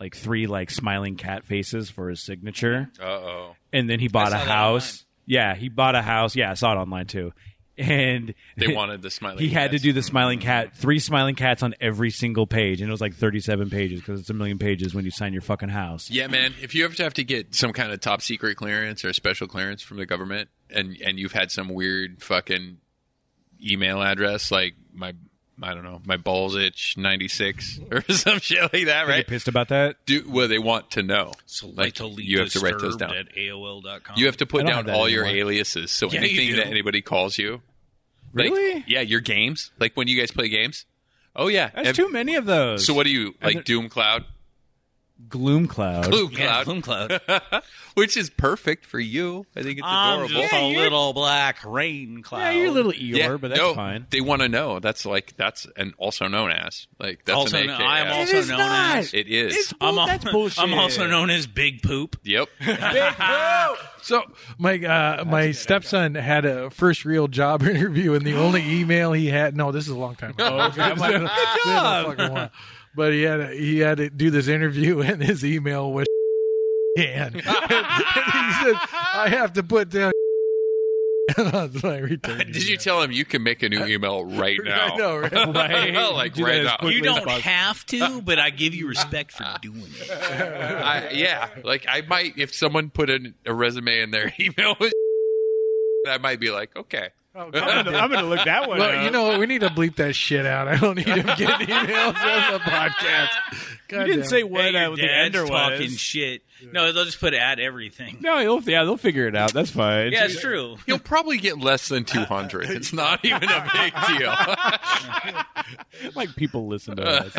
B: like three like smiling cat faces for his signature,
C: Uh oh.
B: and then he bought a
A: saw that
B: house. Yeah, he bought a house. Yeah, I saw it online too, and
C: They wanted the smiling.
B: he had to
C: cats.
B: do the smiling cat, three smiling cats on every single page, and it was like thirty-seven pages because it's a million pages when you sign your fucking house.
C: Yeah, man. If you ever have to get some kind of top secret clearance or special clearance from the government, and and you've had some weird fucking email address like my I don't know my balls itch ninety six or some shit like that,
B: Are you
C: right?
B: pissed about that?
C: Do well, they want to know. Like
A: Slightly
C: you have to write those
A: disturbed
C: down.
A: at AOL.com.
C: You have to
B: I
C: put
B: don't
C: down
B: have that
C: all your
B: anymore.
C: aliases. So
A: Yeah, you
C: anything
A: do.
C: that anybody calls you, like,
B: Really?
C: yeah, your games. Like when you guys play games. Oh yeah.
B: That's
C: And-
B: too many of those.
C: so what do you like? Doom Cloud,
B: Gloom cloud.
C: Gloom
A: yeah,
C: Cloud,
A: Bloom Cloud.
C: which is perfect for you. I think it's
A: I'm
C: adorable.
A: just
B: Yeah,
A: a
B: you're-
A: little black rain cloud.
B: Yeah, you're a little Eeyore, but that's
C: no,
B: fine.
C: They want to know. That's like that's an also known as like that's
A: Also
C: an
A: known-
C: AKA.
A: I am also- known as-
C: it is.
A: I'm, al-
B: that's bullshit.
A: I'm also known as Big Poop.
C: yep.
E: So my uh, my stepson had a first real job interview, and the only email he had no, this is a long time ago. It's been a- it's been a fucking while. But he had he had to do this interview, and his email was and, and he said, "I have to put down." and I was like, "Return
C: Did you
E: email."
C: tell him you can make a new email right now?
E: I know, right?
B: Right.
C: like
B: Do that
C: right
B: as
C: now.
B: quickly
A: You
B: as
A: don't
B: possible.
A: have to, but I give you respect for doing it.
C: I, yeah, like I might if someone put in a resume in their email, with I might be like, okay,
B: I'm gonna, I'm gonna look that one.
E: Well,
B: up.
E: you know what? We need to bleep that shit out. I don't need him getting emails on the podcast. God
B: you
E: damn
B: didn't
E: it.
B: say what
A: Hey,
B: uh,
A: your
B: the
A: dad's
B: ender
A: talking
B: was.
A: shit. No, they'll just put at everything.
B: no, he'll, yeah, they'll figure it out. That's fine.
A: Yeah, it's true.
C: you'll probably get less than two hundred. It's not even a big deal.
B: like people listen to us.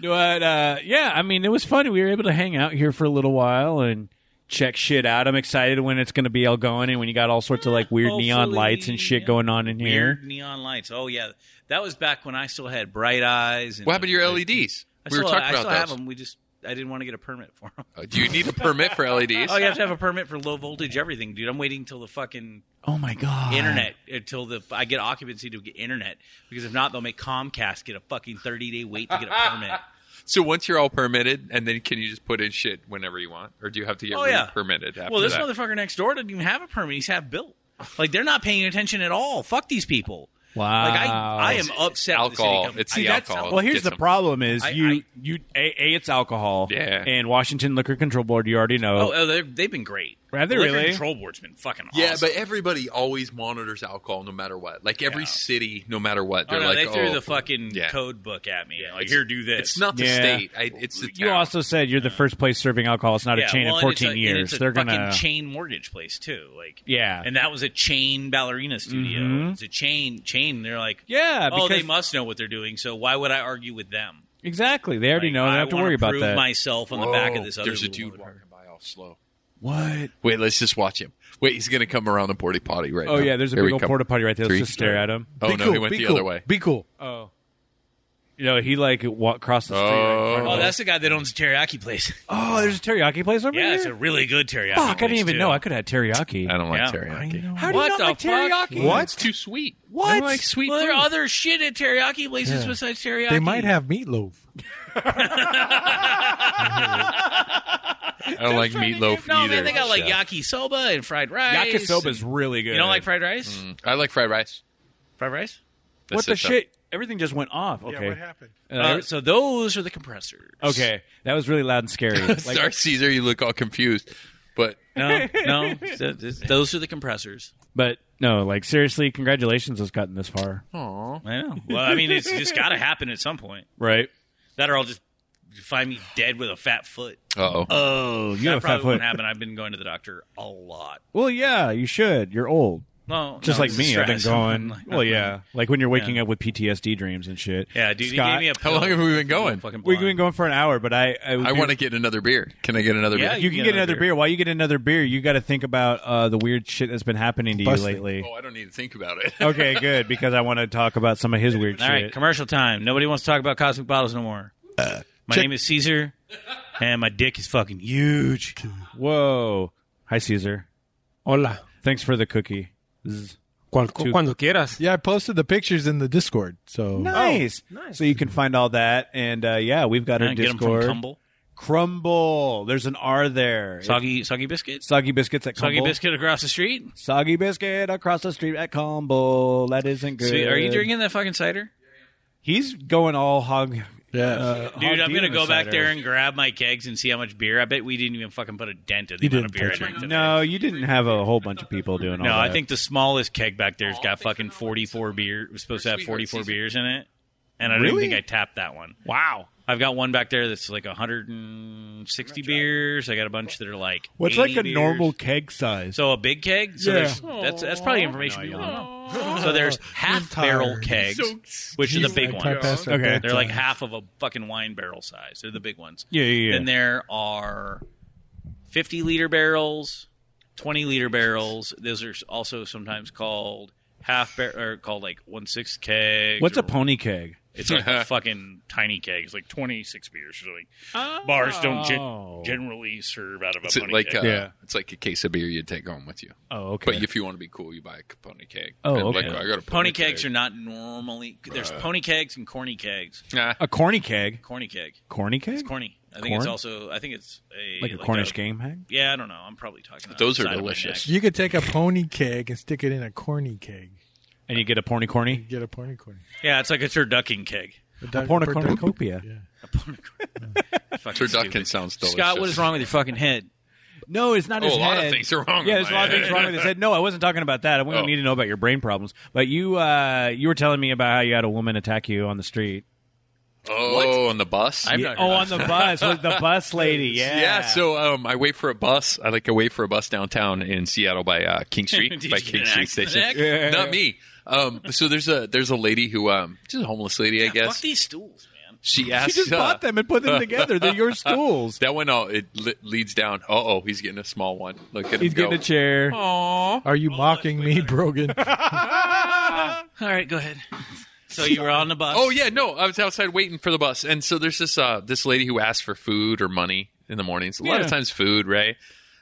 B: but uh, yeah, I mean, it was fun. We were able to hang out here for a little while and check shit out. I'm excited when it's gonna be all going and when you got all sorts of like weird neon
A: Hopefully,
B: lights and shit
A: yeah.
B: going on in here.
A: Weird neon lights. Oh yeah, that was back when I still had bright eyes. And
C: What happened to your LEDs?
A: I
C: We were
A: still,
C: talking
A: I
C: about
A: still
C: those.
A: have them. We just I didn't want to get a permit for them.
C: Uh, Do you need a permit for E LEDs?
A: Oh, you have to have a permit for low voltage everything, dude. I'm waiting till the fucking
B: Oh my god,
A: internet until the I get occupancy to get internet because if not, they'll make Comcast get a fucking 30 day wait to get a permit.
C: So once you're all permitted, and then can you just put in shit whenever you want, or do you have to get
A: Oh, yeah.
C: permitted after
A: well, this
C: that?
A: motherfucker next door doesn't even have a permit. He's half built. Like they're not paying attention at all. Fuck these people.
B: Wow.
A: Like I, I am upset. with the city
C: Alcohol.
A: company.
C: It's the alcohol.
B: Well, here's
C: Get
B: the
C: some-
B: problem: is
A: I-
B: you
A: I-
B: you a, a it's alcohol,
C: Yeah.
B: and Washington Liquor Control Board. You already know.
A: Oh, oh they've, they've been great.
B: Have they
A: Liquor
B: really?
A: Control board's been fucking awesome.
C: Yeah, but everybody always monitors alcohol no matter what. Like every
A: Yeah.
C: city, no matter what,
A: Oh,
C: they're
A: no,
C: like,
A: they threw
C: oh,
A: the fucking
C: yeah.
A: code book at me. like, here, do this.
C: it's not the
B: Yeah.
C: state. I, it's the town.
B: You also said you're the first place serving alcohol. It's not
A: Yeah,
B: a chain
A: well,
B: of
A: and it's
B: 14
A: a- and
B: years.
A: it's a
B: They're
A: fucking
B: gonna
A: chain mortgage place too. Like,
B: yeah,
A: and that was a chain ballerina studio.
B: Mhm.
A: It's a chain chain. They're like,
B: yeah.
A: oh,
B: because-
A: they must know what they're doing. So why would I argue with them?
B: exactly. They already
A: Like,
B: know. They
A: I
B: don't have to
A: wanna
B: worry about
A: prove
B: that.
A: Myself on
C: Whoa,
A: the back of this other.
C: There's a
A: little
C: dude
A: motherfucker.
C: walking by all slow.
B: what?
C: Wait, let's just watch him. Wait, he's gonna come around the porty potty right now.
B: Oh yeah, there's a
C: Here
B: big
C: we
B: old
C: come.
B: porta potty right there. Let's
C: Three.
B: just stare at him.
C: Oh
E: be
C: no,
E: cool,
C: he went
E: be
C: the
E: cool,
C: other way.
E: Be cool.
B: Oh, you know he like walked across the street. right in front of
A: Oh,
B: us.
A: that's the guy that owns the teriyaki place.
B: oh, there's a teriyaki place over
A: yeah,
B: here.
A: it's a really good teriyaki.
B: Fuck, I
A: place,
B: didn't even
A: too.
B: know I could have had teriyaki.
C: I don't like
A: Yeah.
C: teriyaki.
B: How do
A: What
B: you not
A: the
B: like
A: fuck?
B: teriyaki?
E: What?
C: It's too sweet.
B: What?
C: I don't like sweet.
A: Well, there
C: food.
A: are other shit at teriyaki places besides teriyaki.
E: They might have meatloaf.
C: I don't like meatloaf
A: No,
C: either.
A: man, they got like
C: chef.
A: yakisoba and fried rice.
B: Yakisoba's really good.
A: You don't like fried rice?
C: Mm. I like fried rice.
A: Fried rice?
C: That's
B: What the
C: it, though.
B: shit? Everything just went off. Okay.
E: happened?
B: Uh,
A: Uh, so those are the compressors.
B: okay. That was really loud and scary. Like,
C: Star Caesar, you look all confused. But
A: No, no. th- th- those are the compressors.
B: But no, like seriously, congratulations on cutting this far.
A: I know. Well, I mean, it's just got to happen at some point.
B: Right.
A: That or I'll just find me dead with a fat foot.
C: uh oh.
A: Oh, you
B: have
A: that
B: a fat
A: probably won't
B: foot.
A: happen. I've been going to the doctor a lot.
B: Well, yeah, you should. You're old.
A: No,
B: Just
A: no,
B: like
A: it's
B: me, I've been
A: stress.
B: going.
A: Like,
B: well, yeah, like when you're waking
A: Yeah.
B: up with PTSD dreams and shit.
A: yeah, dude.
B: Scott,
A: he gave me a
C: How long
A: pill.
C: have we been going?
A: Fucking
B: We've been
A: blind.
B: going for an hour, but I I,
C: I want to get another beer. Can I get another
A: Yeah,
C: beer?
B: You can get another beer. While you get another beer, you got to think about uh, the weird shit that's been happening to you
E: Busting.
B: lately.
C: Oh, I don't need to think about it.
B: okay, good because I want to talk about some of his weird
A: All
B: shit.
A: right, commercial time. Nobody wants to talk about cosmic bottles no more. my name is Caesar, and my dick is fucking huge.
B: Whoa, hi Caesar.
D: Hola.
B: Thanks for the cookie. Zzz.
D: Cual-
B: Two.
D: Cuando quieras.
E: Yeah, I posted the pictures in the Discord. So
B: Nice.
D: nice.
B: Oh, So you can find all that, and uh, yeah, we've got our
A: Get them from
B: Discord.
A: Tumble.
B: Crumble. There's an R there.
A: Soggy, soggy biscuits.
B: Soggy biscuits at Crumble.
A: Soggy biscuit across the street.
B: Soggy biscuit across the street at Crumble. That isn't good.
A: Sweet. Are you drinking that fucking cider?
B: He's going all hog.
E: yeah,
B: Uh, hog
A: Dude, I'm
B: demon
A: gonna go back
B: cider.
A: there and grab my kegs and see how much beer. I bet we didn't even fucking put a dent in the
E: You
A: amount of
E: didn't
A: beer I
E: touch
A: drank today.
B: No, you didn't have a whole bunch of people doing all
A: No, I
B: that.
A: think the smallest keg back there's got fucking 44 beer. It was supposed to have 44 beers in it, and I don't
B: Really?
A: even think I tapped that one.
B: Wow.
A: I've got one back there that's like 160 beers. I got a bunch that are like
B: What's like
A: 80
B: a
A: beers.
B: normal keg size?
A: So a big keg. So
E: Yeah.
A: there's that's that's probably information you don't know. So there's half
E: tired.
A: barrel kegs, which are the big
E: I
A: ones.
E: bypassed that
B: Okay.
E: bad
A: They're like
E: time.
A: half of a fucking wine barrel size. They're the big ones.
B: yeah, yeah, yeah.
A: Then there are 50 liter barrels, 20 liter barrels. Those are also sometimes called half bar- or called like one sixth kegs.
B: What's
A: or-
B: a pony keg?
A: It's like a fucking tiny keg. It's like 26 beers. or something. Bars don't
B: Oh.
A: gen- generally serve out of a
C: It's
A: pony
C: like
A: keg.
C: uh,
B: Yeah.
C: it's like a case of beer you take home with you.
B: Oh, okay.
C: But if you want to be cool, you buy a pony keg.
B: Oh,
C: And,
B: okay.
C: Like, I got a
A: Pony
C: pony
A: kegs are not normally. There's pony kegs and corny kegs.
C: Nah.
B: a corny keg.
A: Corny keg.
B: Corny keg?
A: It's corny. I think it's
B: Corn?
A: also. I think it's a
B: like a Cornish game hag?
A: Yeah, I don't know. I'm probably talking. out
C: Those
A: the
C: are
A: side of my
C: delicious.
A: neck.
E: you could take a pony keg and stick it in a corny keg.
B: And you get a porny
E: You
B: corny?
E: get a pony corny.
A: Yeah, it's like a turducken keg.
B: A pornicornucopia.
A: Fucking
C: Turducken
A: stupid.
C: sounds delicious.
A: Scott, what is wrong with your fucking head?
B: No, it's not
C: Oh,
B: his
C: a lot of
B: head.
C: things are wrong
B: Yeah,
C: with
B: there's a
C: my
B: lot of
C: head.
B: things wrong with his head. No, I wasn't talking about that. We don't
C: Oh.
B: need to know about your brain problems. But you, uh, you were telling me about how you had a woman attack you on the street.
C: Oh, on the bus?
A: I'm
C: yeah.
A: not-
B: Oh, on the bus with the bus lady. Yeah.
C: Yeah, so um, I wait for a bus. I like to wait for a bus downtown in Seattle by uh, King Street,
A: Did
C: by
A: you get
C: King
A: an
C: Street
A: accident?
C: Station. Not me. Um, so there's a there's a lady who um, she's a homeless lady, I
A: Fuck
C: guess.
A: these stools, man.
C: She
B: She
C: asked
B: just
C: uh,
B: bought them and put them together. They're your stools.
C: That one, all it le- leads down. Uh oh, he's getting a small one. Look at him
B: He's
C: go. Oh.
B: getting a chair.
E: Are
B: Oh,
E: you mocking me, Brogan?
A: All right, go ahead. So you were on the bus.
C: Oh yeah, no, I was outside waiting for the bus, and so there's this uh this lady who asks for food or money in the mornings. A lot
B: Yeah.
C: of times, food, right?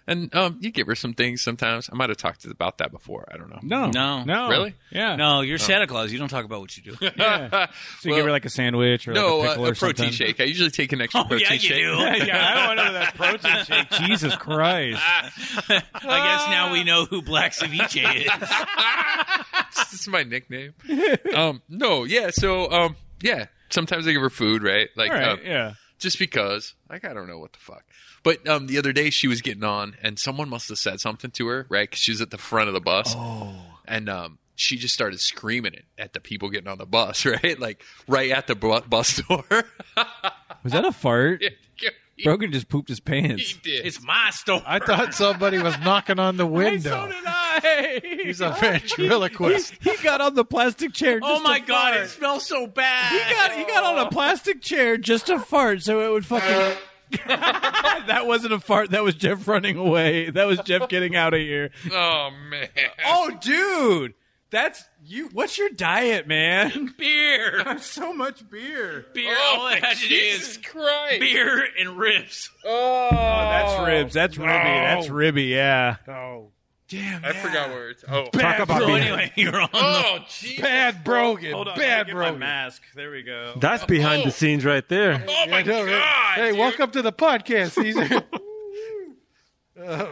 C: And um, you give her some things sometimes. I might have talked about that before. I don't know.
B: No.
A: No.
B: No.
C: Really?
B: Yeah.
A: No,
C: Oh.
A: you're Santa Claus. You don't talk about what you do.
B: Yeah. So you give her like a sandwich or
C: No,
B: like a
C: uh,
B: pickle
C: a
B: or something.
C: protein shake. I usually take an extra
A: oh
C: protein
A: yeah, you
C: shake.
A: do.
B: yeah, I don't want that protein shake. Jesus Christ.
C: Ah,
A: I guess now we know who Black Ceviche is.
C: this is my nickname. um, no, yeah. So, um, yeah. Sometimes I give her food, right? Like,
B: All
C: uh,
B: right. Yeah.
C: just because. Like I don't know what the fuck. But um, the other day she was getting on, and someone must have said something to her, right? 'Cause she was at the front of the bus,
B: Oh.
C: and um, she just started screaming it at the people getting on the bus, right? Like right at the bu- bus door.
B: Was that a fart?
C: he,
B: Brogan just pooped his pants.
C: he did.
A: It's my store.
E: I thought somebody was knocking on the window.
B: I.
E: He's a ventriloquist.
B: He got on the plastic chair.
A: oh
B: just
A: my
B: to
A: god,
B: fart.
A: it smells so bad.
B: He got he got on a plastic chair just to fart, so it would fucking. that wasn't a fart. That was Jeff running away. That was Jeff getting out of here.
C: oh man.
B: Oh, dude, that's you. What's your diet, man?
A: beer.
B: so much beer.
A: Beer. all
C: Oh,
A: it has it
C: Jesus
A: is
C: Christ.
A: beer and ribs.
C: Oh,
B: That's ribs. That's ribby. That's ribby. Yeah.
E: Oh,
B: Damn.
C: I forgot words. Oh.
E: talk about
A: so
E: being
A: anyway, you're on. the,
C: Oh, Jesus.
E: bad Brogan.
A: hold on, I gotta
E: bad
A: get my
E: Brogan.
A: mask. There we go.
D: That's behind the scenes right there.
C: Oh my
E: Yeah,
C: god.
E: Hey,
C: dude.
E: welcome to the podcast, Caesar.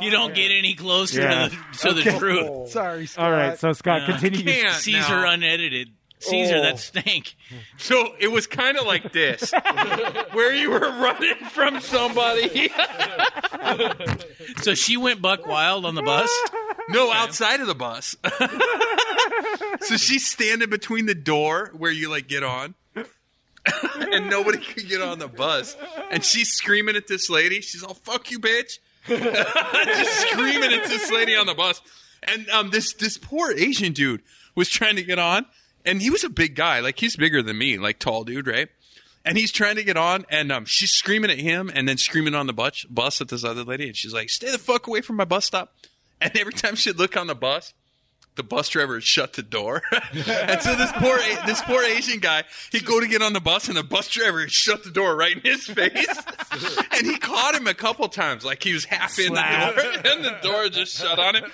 A: you don't get any closer
D: Yeah.
A: to the, to the truth.
E: Sorry, Scott.
D: All right, so Scott,
A: Uh,
D: continue. your-
C: can't
A: Caesar
C: now.
A: unedited. Caesar,
E: Oh.
A: that stank.
C: So it was kind of like this, where you were running from somebody.
A: So she went buck wild on the bus.
C: no, outside of the bus. so she's standing between the door where you like get on, and nobody could get on the bus, and she's screaming at this lady. She's all "fuck you, bitch," just screaming at this lady on the bus. And um, this this poor Asian dude was trying to get on, and he was a big guy, like he's bigger than me, like tall dude, right? and he's trying to get on, and um, she's screaming at him, and then screaming on the bus, bus at this other lady, and she's like, "Stay the fuck away from my bus stop." And every time she'd look on the bus, the bus driver would shut the door, and so this poor this poor Asian guy, he'd go to get on the bus, and the bus driver would shut the door right in his face, and he caught him a couple times, like he was half in the door, and the door just shut on him,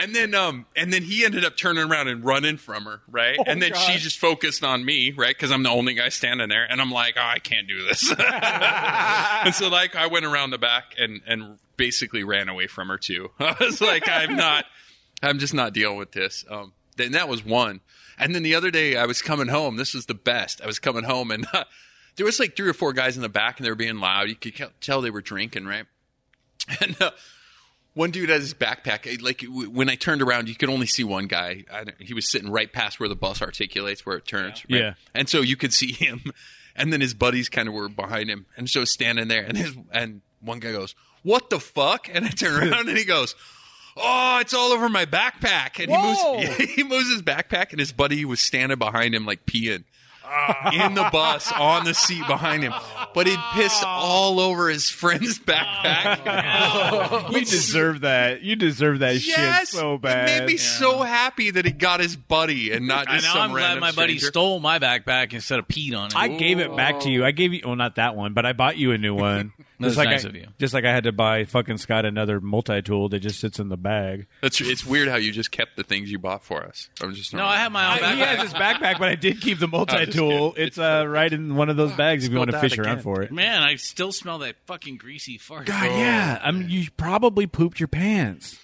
C: and then um, and then he ended up turning around and running from her, right, and then she just focused on me, right, because I'm the only guy standing there, and I'm like, oh, I can't do this, and so like I went around the back and and basically ran away from her too. I was like, I'm not. I'm just not dealing with this. Um, then that was one. And then the other day I was coming home. This was the best. I was coming home and there was like three or four guys in the back and they were being loud. You could ca- tell they were drinking, right? And uh, one dude had his backpack. I- Like w- when I turned around, you could only see one guy. I don't- he was sitting right past where the bus articulates, where it turns. right?
B: Yeah.
C: And so you could see him. And then his buddies kind of were behind him. And so standing there and his, and one guy goes, what the fuck? And I turn around and he goes, oh, it's all over my backpack. And he moves, he moves his backpack, and his buddy was standing behind him, like peeing in the bus on the seat behind him. But he pissed all over his friend's backpack.
B: We deserve that. You deserve that shit
C: Oh, yes,
B: so bad.
C: It made me so happy that he got his buddy and not
A: I
C: just
A: know.
C: some
A: I'm glad
C: random
A: my buddy
C: stranger.
A: stole my backpack instead of peed on it.
B: I gave it back to you. I gave you, well, not that one, but I bought you a new one.
A: That's
B: like
A: nice
B: I,
A: of you.
B: Just like I had to buy fucking Scott another multi tool that just sits in the bag.
C: That's it's weird how you just kept the things you bought for us. I'm just
A: no, I have my own
B: he has
A: backpack.
B: his backpack, but I did keep the multi tool. It's uh, right in one of those bags if you want to
C: Spilled
B: fish
C: out
B: around
C: again.
B: for it.
A: Man, I still smell that fucking greasy fart.
B: God, yeah. I mean, you probably pooped your pants.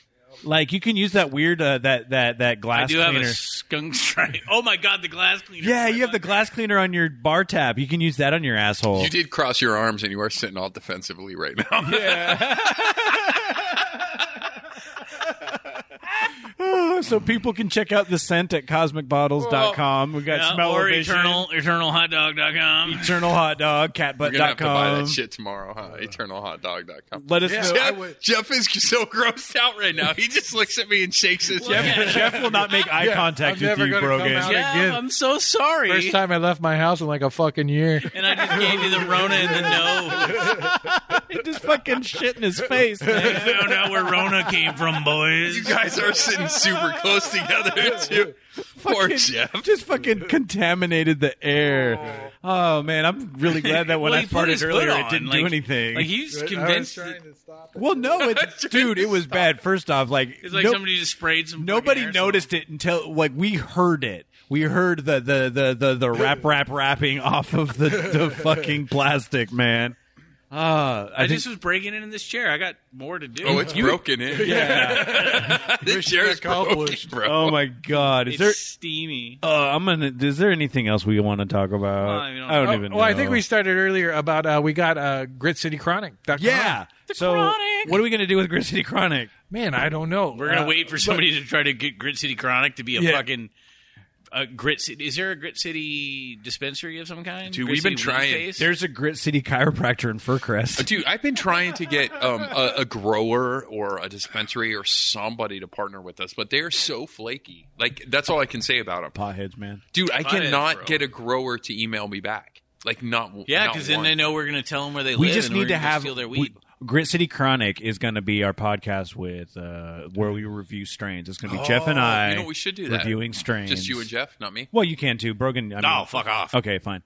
B: Like you can use that weird uh, that that that glass.
A: I do have
B: cleaner.
A: a skunk stripe. Oh my god, the glass cleaner.
B: yeah, you have the glass cleaner on your bar tab. You can use that on your asshole.
C: You did cross your arms, and you are sitting all defensively right now.
B: so people can check out the scent at cosmicbottles.com. We got
A: Yeah,
B: smell
A: or eternal eternalhotdog.com.
B: eternal hot dog
C: We're gonna have to buy
B: catbutt.com.
C: that shit tomorrow, huh? EternalHotDog.com.
B: Let us know.
C: Jeff, Jeff is so grossed out right now. He just looks at me and shakes his head.
B: Jeff, Jeff will not make eye contact
E: I'm
B: with
E: never
B: you,
E: gonna come
B: Brogan.
E: out
A: Jeff,
E: again.
A: I'm so sorry.
E: First time I left my house in like a fucking year.
A: And I just gave you the Rona and the no.
B: He just fucking shit in his face. man.
A: Found out where Rona came from, boys.
C: You guys are sitting super close together too. Poor
B: Fucking-
C: Jeff.
B: Just fucking contaminated the air. Oh man, I'm really glad that when
A: Well,
B: I
A: he put his
B: farted earlier,
A: hood
B: it didn't
A: on, like-
B: do anything.
A: Like he's convinced. that-
B: well, no, it's, dude, it was bad. First off, like,
A: It's like
B: no-
A: somebody just sprayed some. fucking
B: nobody
A: aerosol.
B: noticed it until like we heard it. We heard the the the the, the rap rap rapping off of the, the fucking plastic, man. Uh,
A: I, just was breaking in this chair. I got more to do.
C: Oh, it's broken in.
B: yeah.
C: this chair's broken, bro.
B: oh my god. Is
A: It's
B: there?
A: steamy.
B: Uh, I'm gonna. Is there anything else we want to talk about?
A: Well, we don't-
B: I don't
A: Oh,
B: even. know.
E: Well, I think we started earlier about uh, we got uh, Grit City Chronic.
B: Yeah. so
A: Chronic.
B: what are we gonna do with Grid City Chronic?
E: man, I don't know.
A: We're gonna
E: Uh,
A: wait for somebody to try to get Grit City Chronic to be a
E: Yeah.
A: fucking a Grit City. Is there a Grit City dispensary of some kind?
C: Dude,
A: Grit
C: we've been
A: City
C: trying.
A: Wheatface?
B: There's a Grit City chiropractor in Furcrest.
C: Dude, I've been trying to get um, a, a grower or a dispensary or somebody to partner with us, but they're so flaky. Like that's all I can say about them.
B: Potheads, man.
C: Dude, I
A: Fine,
C: cannot
A: bro.
C: get a grower to email me back. Like not
A: yeah,
C: because
A: because then they know we're gonna tell them where they
B: We
A: live.
B: just
A: and
B: need
A: we're
B: to
A: gonna
B: have
A: steal their
B: we-
A: weed.
B: Grit City Chronic is going to be our podcast with uh, where we review strains. It's going to be Jeff and I
C: Oh, You know, we should do that.
B: reviewing strains.
C: Just you and Jeff, not me.
B: Well, you can too, Brogan. I mean,
A: oh, fuck off!
B: Okay, fine.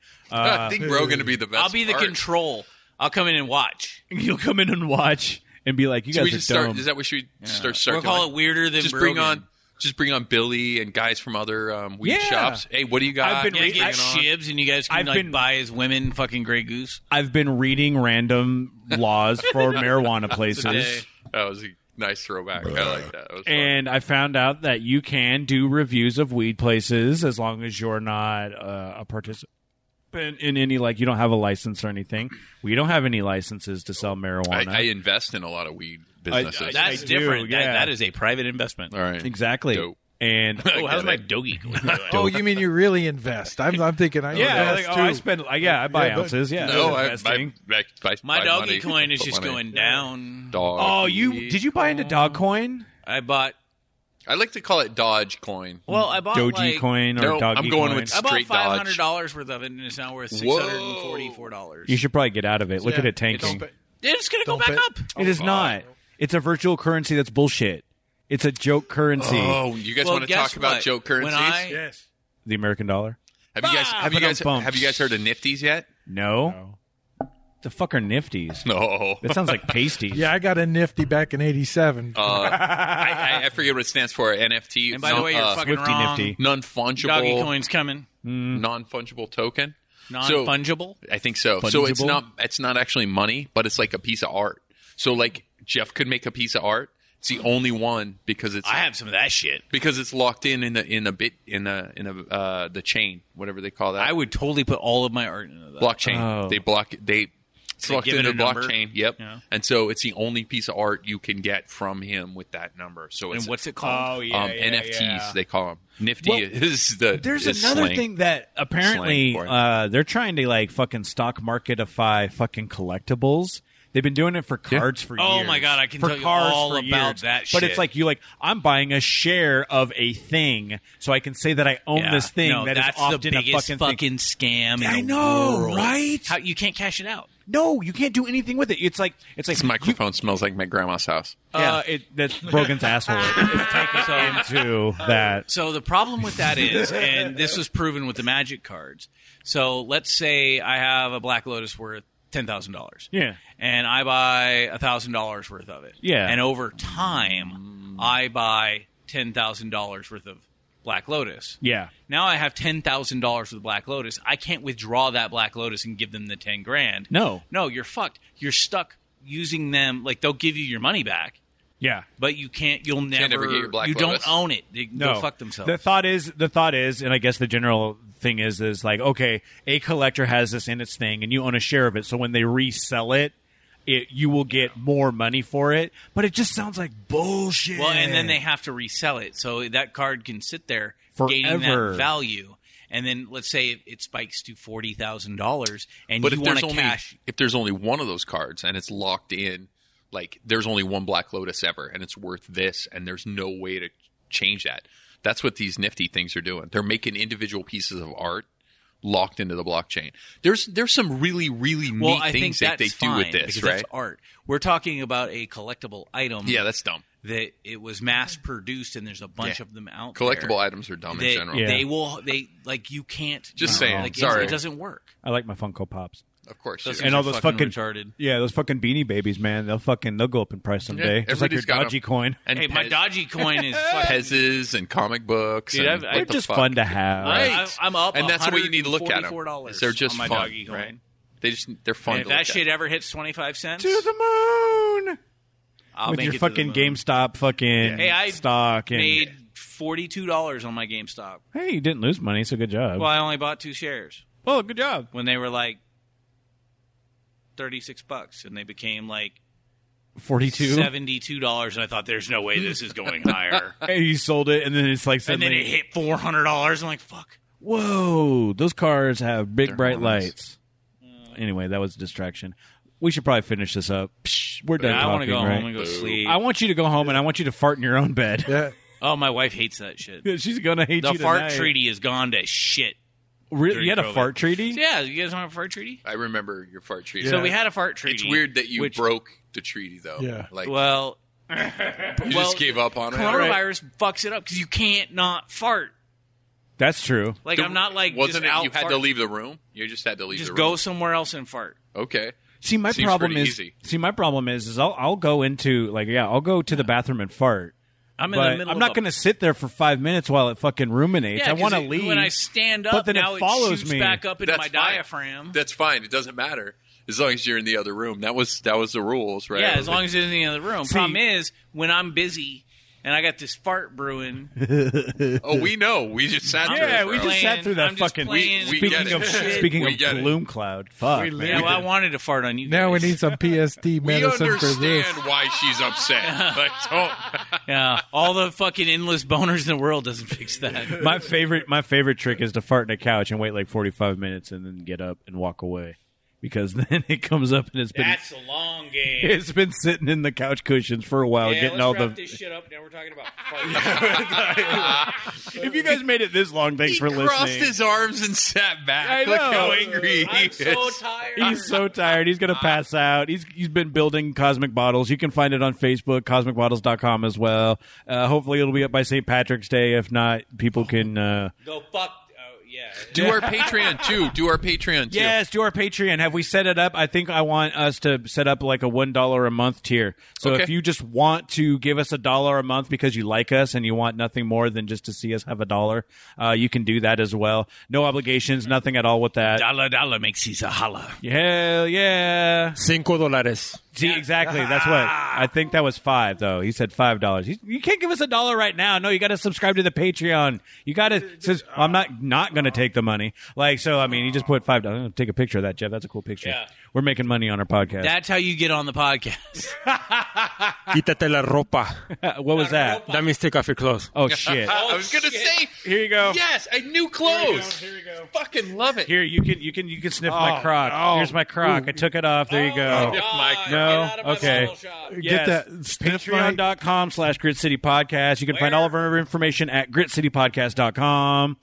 C: I
B: Uh,
C: think Rogan to be the best.
A: I'll be the
C: part.
A: control. I'll come in and watch.
B: you'll come in and watch and be like, "You
C: Should
B: guys
C: we
B: are
C: just
B: dumb."
C: start? Is that what should we start? Start
A: we'll call
C: doing?
A: it weirder than
C: just
A: Brogan.
C: bring on just bring on Billy and guys from other um, weed
B: Yeah.
C: shops. Hey, what do you got?
B: I've been
A: Yeah,
B: re-
C: What's
A: get
C: going on?
A: shibs, and you guys can
B: I've
A: like
B: been-
A: buy his women fucking Grey Goose.
B: I've been reading random laws for marijuana
A: Today.
B: places,
C: That was a nice throwback. I like that. that was fun.
B: and I found out that you can do reviews of weed places as long as you're not uh, a participant in any like you don't have a license or anything. We don't have any licenses to sell marijuana.
C: I, I invest in a lot of weed businesses.
A: That's
B: I do,
A: different.
B: yeah.
A: that, that is a private investment.
C: All right.
B: exactly,
C: Dope.
B: and
A: Oh, how's my doggy going?
E: Oh, you mean you really invest? I'm, I'm thinking I
B: yeah,
E: invest
B: like,
E: too.
B: oh, I spend I- yeah, I buy
E: Yeah, but-
B: ounces. Yeah,
C: No, I, I,
B: that's investing.
C: I- I-
A: my
C: buy
A: doggy
C: money,
A: coin is
C: put
A: just
C: money.
A: going down.
C: Dog.
B: Oh, you did you buy into Dogcoin?
A: I bought. Oh.
C: I like to call it Dodge coin.
A: Well, I bought
B: Dogecoin
A: like,
B: coin or
C: No,
B: Doggy
C: I'm going
B: coin?
C: with-
A: I bought
C: Straight
A: five
C: Dodge.
A: hundred dollars worth of it, and it's now worth six hundred and forty-four dollars.
B: You should probably get out of it. Look at it tanking.
E: Don't-
A: It's gonna go
E: Don't
A: back
E: bet.
A: up.
B: It is not. It's a virtual currency that's bullshit. It's a joke currency.
C: Oh, you guys
A: Well,
C: want to
A: guess
C: talk about
A: what?
C: joke currencies?
A: When I-
E: Yes.
B: The American dollar?
C: have you guys have you guys
B: Ba-dum-bum.
C: have you guys heard of Nifties yet?
B: No. The fuck are nifties?
C: No.
B: That sounds like pasties.
E: Yeah, I got a nifty back in '87.
C: Uh, I, I, I forget what it stands for. NFT.
A: And by the way,
C: uh,
A: you're fucking
B: Swifty
A: wrong.
B: nifty.
C: non
A: Doggy
C: fungible,
A: coin's coming.
C: non fungible token. So-
A: Non-fungible.
C: I think so. So it's
B: Fungible?
C: not it's not actually money, but it's like a piece of art. So like Jeff could make a piece of art. It's the only one because it's
A: I have some of that shit.
C: because it's locked in in the in a bit in the in the uh, the chain, whatever they call that.
A: I would totally put all of my art into that.
C: blockchain.
B: Oh.
C: They block they. It's
A: They
C: locked
A: give it
C: into
A: a number?
C: blockchain. Yep.
A: Yeah.
C: And so it's the only piece of art you can get from him with that number. So it's
A: And what's it called?
B: Oh, yeah,
C: um, NFTs they call them. Nifty
B: Well,
C: is the
B: There's
C: is
B: another
C: slang.
B: thing that apparently
C: Slang for it.
B: uh, they're trying to like fucking stock marketify fucking collectibles. They've been doing it for cards for
A: Oh
B: years.
A: my God, I can
B: for
A: tell you
B: cards
A: all
B: for
A: about
B: years.
A: that
B: But
A: shit.
B: it's like you like I'm buying a share of a thing, so I can say that I own
A: Yeah.
B: this thing
A: No,
B: that is
A: that's
B: often
A: the
B: a
A: biggest
B: fucking, thing.
A: fucking scam. in
B: I
A: the
B: know,
A: world.
B: right?
A: How you can't cash it out?
B: No, you can't do anything with it. It's like it's like
C: This microphone smells like my grandma's house.
B: Uh, it, that's Brogan's asshole. It's taken into that.
A: So the problem with that is, and this was proven with the magic cards. So let's say I have a Black Lotus worth ten thousand dollars.
B: Yeah.
A: And I buy thousand dollars worth of it.
B: Yeah.
A: And over time, I buy ten thousand dollars worth of Black Lotus.
B: Yeah.
A: Now I have ten thousand dollars with Black Lotus. I can't withdraw that Black Lotus and give them the ten grand.
B: No.
A: no, you're fucked. You're stuck using them. Like they'll give you your money back,
B: Yeah.
A: but you can't. You'll never.
C: never get your Black
A: you
C: Lotus.
A: don't own it. They can
B: No.
A: go fuck themselves.
B: The thought is the thought is, and I guess the general thing is is like, okay, a collector has this in its thing and you own a share of it, so when they resell it, it you will get more money for it. But it just sounds like bullshit.
A: Well, and then they have to resell it, so that card can sit there gaining
B: Forever.
A: that value. And then let's say it spikes to forty thousand dollars, and
C: But
A: you want
C: if there's
A: to
C: only
A: cash.
C: if there's only one of those cards and it's locked in, like there's only one Black Lotus ever, and it's worth this, and there's no way to change that. That's what these nifty things are doing. They're making individual pieces of art locked into the blockchain. There's there's some really really neat
A: Well, I think
C: things that
A: that's
C: they do with
A: fine,
C: this,
A: because
C: right?
A: That's art. We're talking about a collectible item.
C: yeah, that's dumb.
A: that it was mass produced, and there's a bunch
C: Yeah.
A: of them out.
C: Collectible
A: there
C: items are dumb
A: that
C: in general.
B: Yeah.
A: They will. They like you can't.
C: Just
A: do
C: saying.
A: it. Like, it's-
C: Sorry.
A: it doesn't work.
B: I like my Funko Pops.
C: Of course,
A: Those
C: yeah.
A: things
B: all
A: are
B: those fucking-
A: retarded.
B: Yeah, those fucking beanie babies, man. They'll fucking they'll go up in price someday.
C: Yeah,
B: just like your
C: everybody's got
B: dodgy
C: 'em.
B: coin.
C: and
A: Hey, my
C: Pez-
A: dodgy coin is fucking.
C: Pez's and comic books.
A: Dude,
C: and
A: I've-
C: what
A: I've
C: the
B: Just
C: fuck.
B: fun to have.
A: I- I'm up,
C: And that's the way you need to look at 'em.
A: $144
C: They're just
A: on my
C: fun,
A: doggy coin.
C: right? They just they're fun.
A: And if
C: to
A: that
C: look at.
A: shit ever hits twenty five cents,
B: to the moon
A: I'll
B: with
A: make
B: your
A: it to the
B: fucking
A: moon.
B: GameStop fucking
A: Hey, I
B: stock. And,
A: Made forty two dollars on my GameStop.
B: hey, you didn't lose money, so good job.
A: Well, I only bought two shares
B: well good job.
A: when they were like thirty six bucks, and they became like
B: 42.
A: seventy two dollars. And I thought, there's no way this is going higher.
B: Hey, you sold it, and then it's like
A: and
B: suddenly,
A: then it hit four hundred dollars. I'm like, fuck.
B: whoa, those cars have big
C: They're
B: bright
C: hormones.
B: lights. Anyway, that was a distraction. We should probably finish this up. Psh, we're done
A: I want to
B: talking,
A: go
B: right?
A: home and go sleep.
B: I want you to go home, and I want you to fart in your own bed.
E: Yeah.
A: oh, my wife hates that shit.
B: She's gonna hate
A: The
B: you.
A: fart
B: tonight.
A: treaty is gone to shit.
B: Really? You had a
A: during
B: fart treaty?
A: Yeah, you guys want a fart treaty?
C: I remember your fart treaty.
A: So we had a fart treaty.
C: It's weird that you
A: which-
C: broke the treaty though.
E: Yeah.
C: like
A: Well,
C: you
A: well,
C: just gave up on it.
A: coronavirus fucks it up because you can't not fart.
B: That's true.
A: Like
C: The-
A: I'm not like just
C: wasn't it?
A: out
C: you had to
A: farting.
C: leave the room. You just had to leave
A: Just
C: the
A: go
C: room.
A: somewhere else and fart.
C: Okay.
B: See, my
C: Seems
B: problem
C: pretty
B: is,
C: easy.
B: see, my problem is, is I'll I'll go into like yeah, I'll go to the bathroom and fart.
A: I'm in the
B: But
A: middle.
B: I'm
A: of
B: not
A: a-
B: going to sit there for five minutes while it fucking ruminates.
A: Yeah,
B: I
A: 'cause
B: want to
A: it-
B: leave.
A: When I stand up,
B: but then it
A: now
B: follows
A: shoots
B: me.
A: back up into
C: That's
A: my
C: fine.
A: diaphragm.
C: That's fine. It doesn't matter as long as you're in the other room. That was that was the rules, right?
A: Yeah,
C: It
A: as
C: was
A: long
C: like-
A: as it's in the other room. Problem is when I'm busy and I got this fart brewing.
C: oh, we know. We just sat
A: I'm
C: there.
B: yeah,
C: for
B: we
C: a
B: just
A: playing-
B: sat through that
A: I'm just
B: fucking.
A: playing
C: We- we get
B: speaking
C: it.
B: of
C: Shit.
B: speaking
C: We
B: of
C: get it.
B: gloom cloud, fuck.
E: We
B: man.
A: Yeah,
C: We
A: well, I
C: did.
A: wanted to fart on you.
E: Now we
A: guys.
E: need some PST
C: We
E: medicine for this.
C: understand why she's upset. Like, don't-
A: Yeah, all the fucking endless boners in the world doesn't fix that.
B: My favorite, my favorite trick is to fart in a couch and wait like 45 minutes and then get up and walk away, because then it comes up and it's been
A: a long game.
B: it's been sitting in the couch cushions for a while, getting all the.
A: shit up. Now we're talking about
B: If you guys made it this long, thanks
C: he
B: for
C: crossed
B: listening.
C: his arms and sat back.
B: I
C: Look
B: know.
C: how angry he is.
A: tired.
B: He's so tired. He's going to pass out. He's he's been building cosmic bottles. You can find it on Facebook, cosmicbottles.com as well. Uh, hopefully it'll be up by St. Patrick's Day. If not, people can uh,
A: Go fuck. Oh yeah.
C: Do our Patreon too. Do our Patreon too.
B: Yes, do our Patreon. Have we set it up? I think I want us to set up like a one dollar a month tier. So
C: Okay.
B: if you just want to give us a dollar a month because you like us and you want nothing more than just to see us have a dollar, uh, you can do that as well. No obligations, nothing at all with that.
A: Dollar dollar makes these a holla.
B: Hell yeah!
D: Cinco dólares.
B: See, exactly. That's what I think. That was five though. He said five dollars. You, you can't give us a dollar right now. No, you got to subscribe to the Patreon. You got to. Says I'm not not going to take the money. Like so, I mean, he just put five dollars. Take a picture of that, Jeff. That's a cool picture.
A: Yeah.
B: We're making money on our podcast.
A: That's how you get on the podcast.
D: Quítate la ropa.
B: Uh, what was that?
D: That means take off your clothes.
B: Oh shit!
C: I was gonna say
B: Here you go.
C: yes. I knew clothes. Here we go. Fucking love it.
B: Here you can you can you can sniff my crock. Here's my crock. I took it off.
A: Oh,
B: There you go.
C: If my
B: No. Okay.
E: Get that sniff mic.
B: patreon.com slash grit city podcast you can find all of our information at gritcitypodcast.com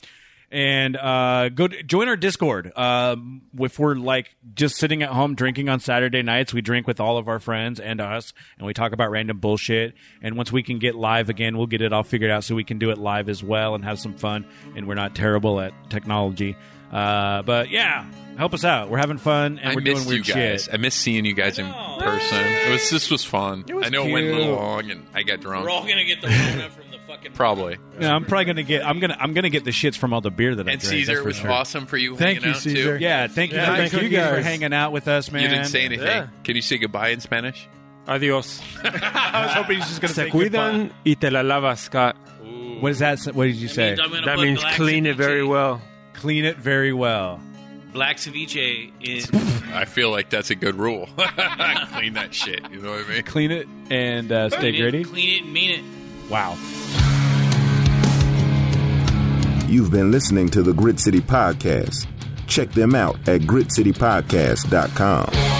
B: and uh, go to, join our discord um, if we're like just sitting at home drinking on saturday nights we drink with all of our friends and us and we talk about random bullshit and once we can get live again we'll get it all figured out so we can do it live as well and have some fun and we're not terrible at technology uh, but yeah help us out we're having fun and
C: I
B: we're doing
C: missed you
B: weird
C: guys.
B: shit
C: I missed seeing you guys in person. It was this was fun. I know it went a little long and I got drunk.
A: We're all gonna get the Rona from the fucking.
C: Probably.
B: yeah, I'm probably gonna get. I'm gonna. I'm gonna get the shits from all the beer that I
C: And
B: drank. that's
C: Caesar
B: for
C: was
B: sure.
C: awesome for you
E: Thank
C: hanging
E: you,
C: out
E: Caesar.
C: too.
B: Yeah, thank you,
E: Yeah,
B: thank
E: thank
B: you
E: you
B: guys for
E: guys.
B: hanging out with us, man.
C: You didn't say anything.
D: Yeah.
C: Can you say goodbye in Spanish?
D: Adios.
B: I was hoping he's just gonna say
D: Se
B: goodbye.
D: cuidan y te la lavas, Scott.
B: What is that? What did you say?
A: means I'm gonna
D: That
A: put
D: means
A: black
D: clean it
A: ceviche-
D: very well.
B: Clean it very well.
A: Black ceviche is
C: I feel like that's a good rule. Clean that shit. You know what I mean?
B: Clean it and uh, stay gritty.
A: Clean it and mean it.
B: Wow.
H: You've been listening to the Grit City Podcast. Check them out at gritcitypodcast.com.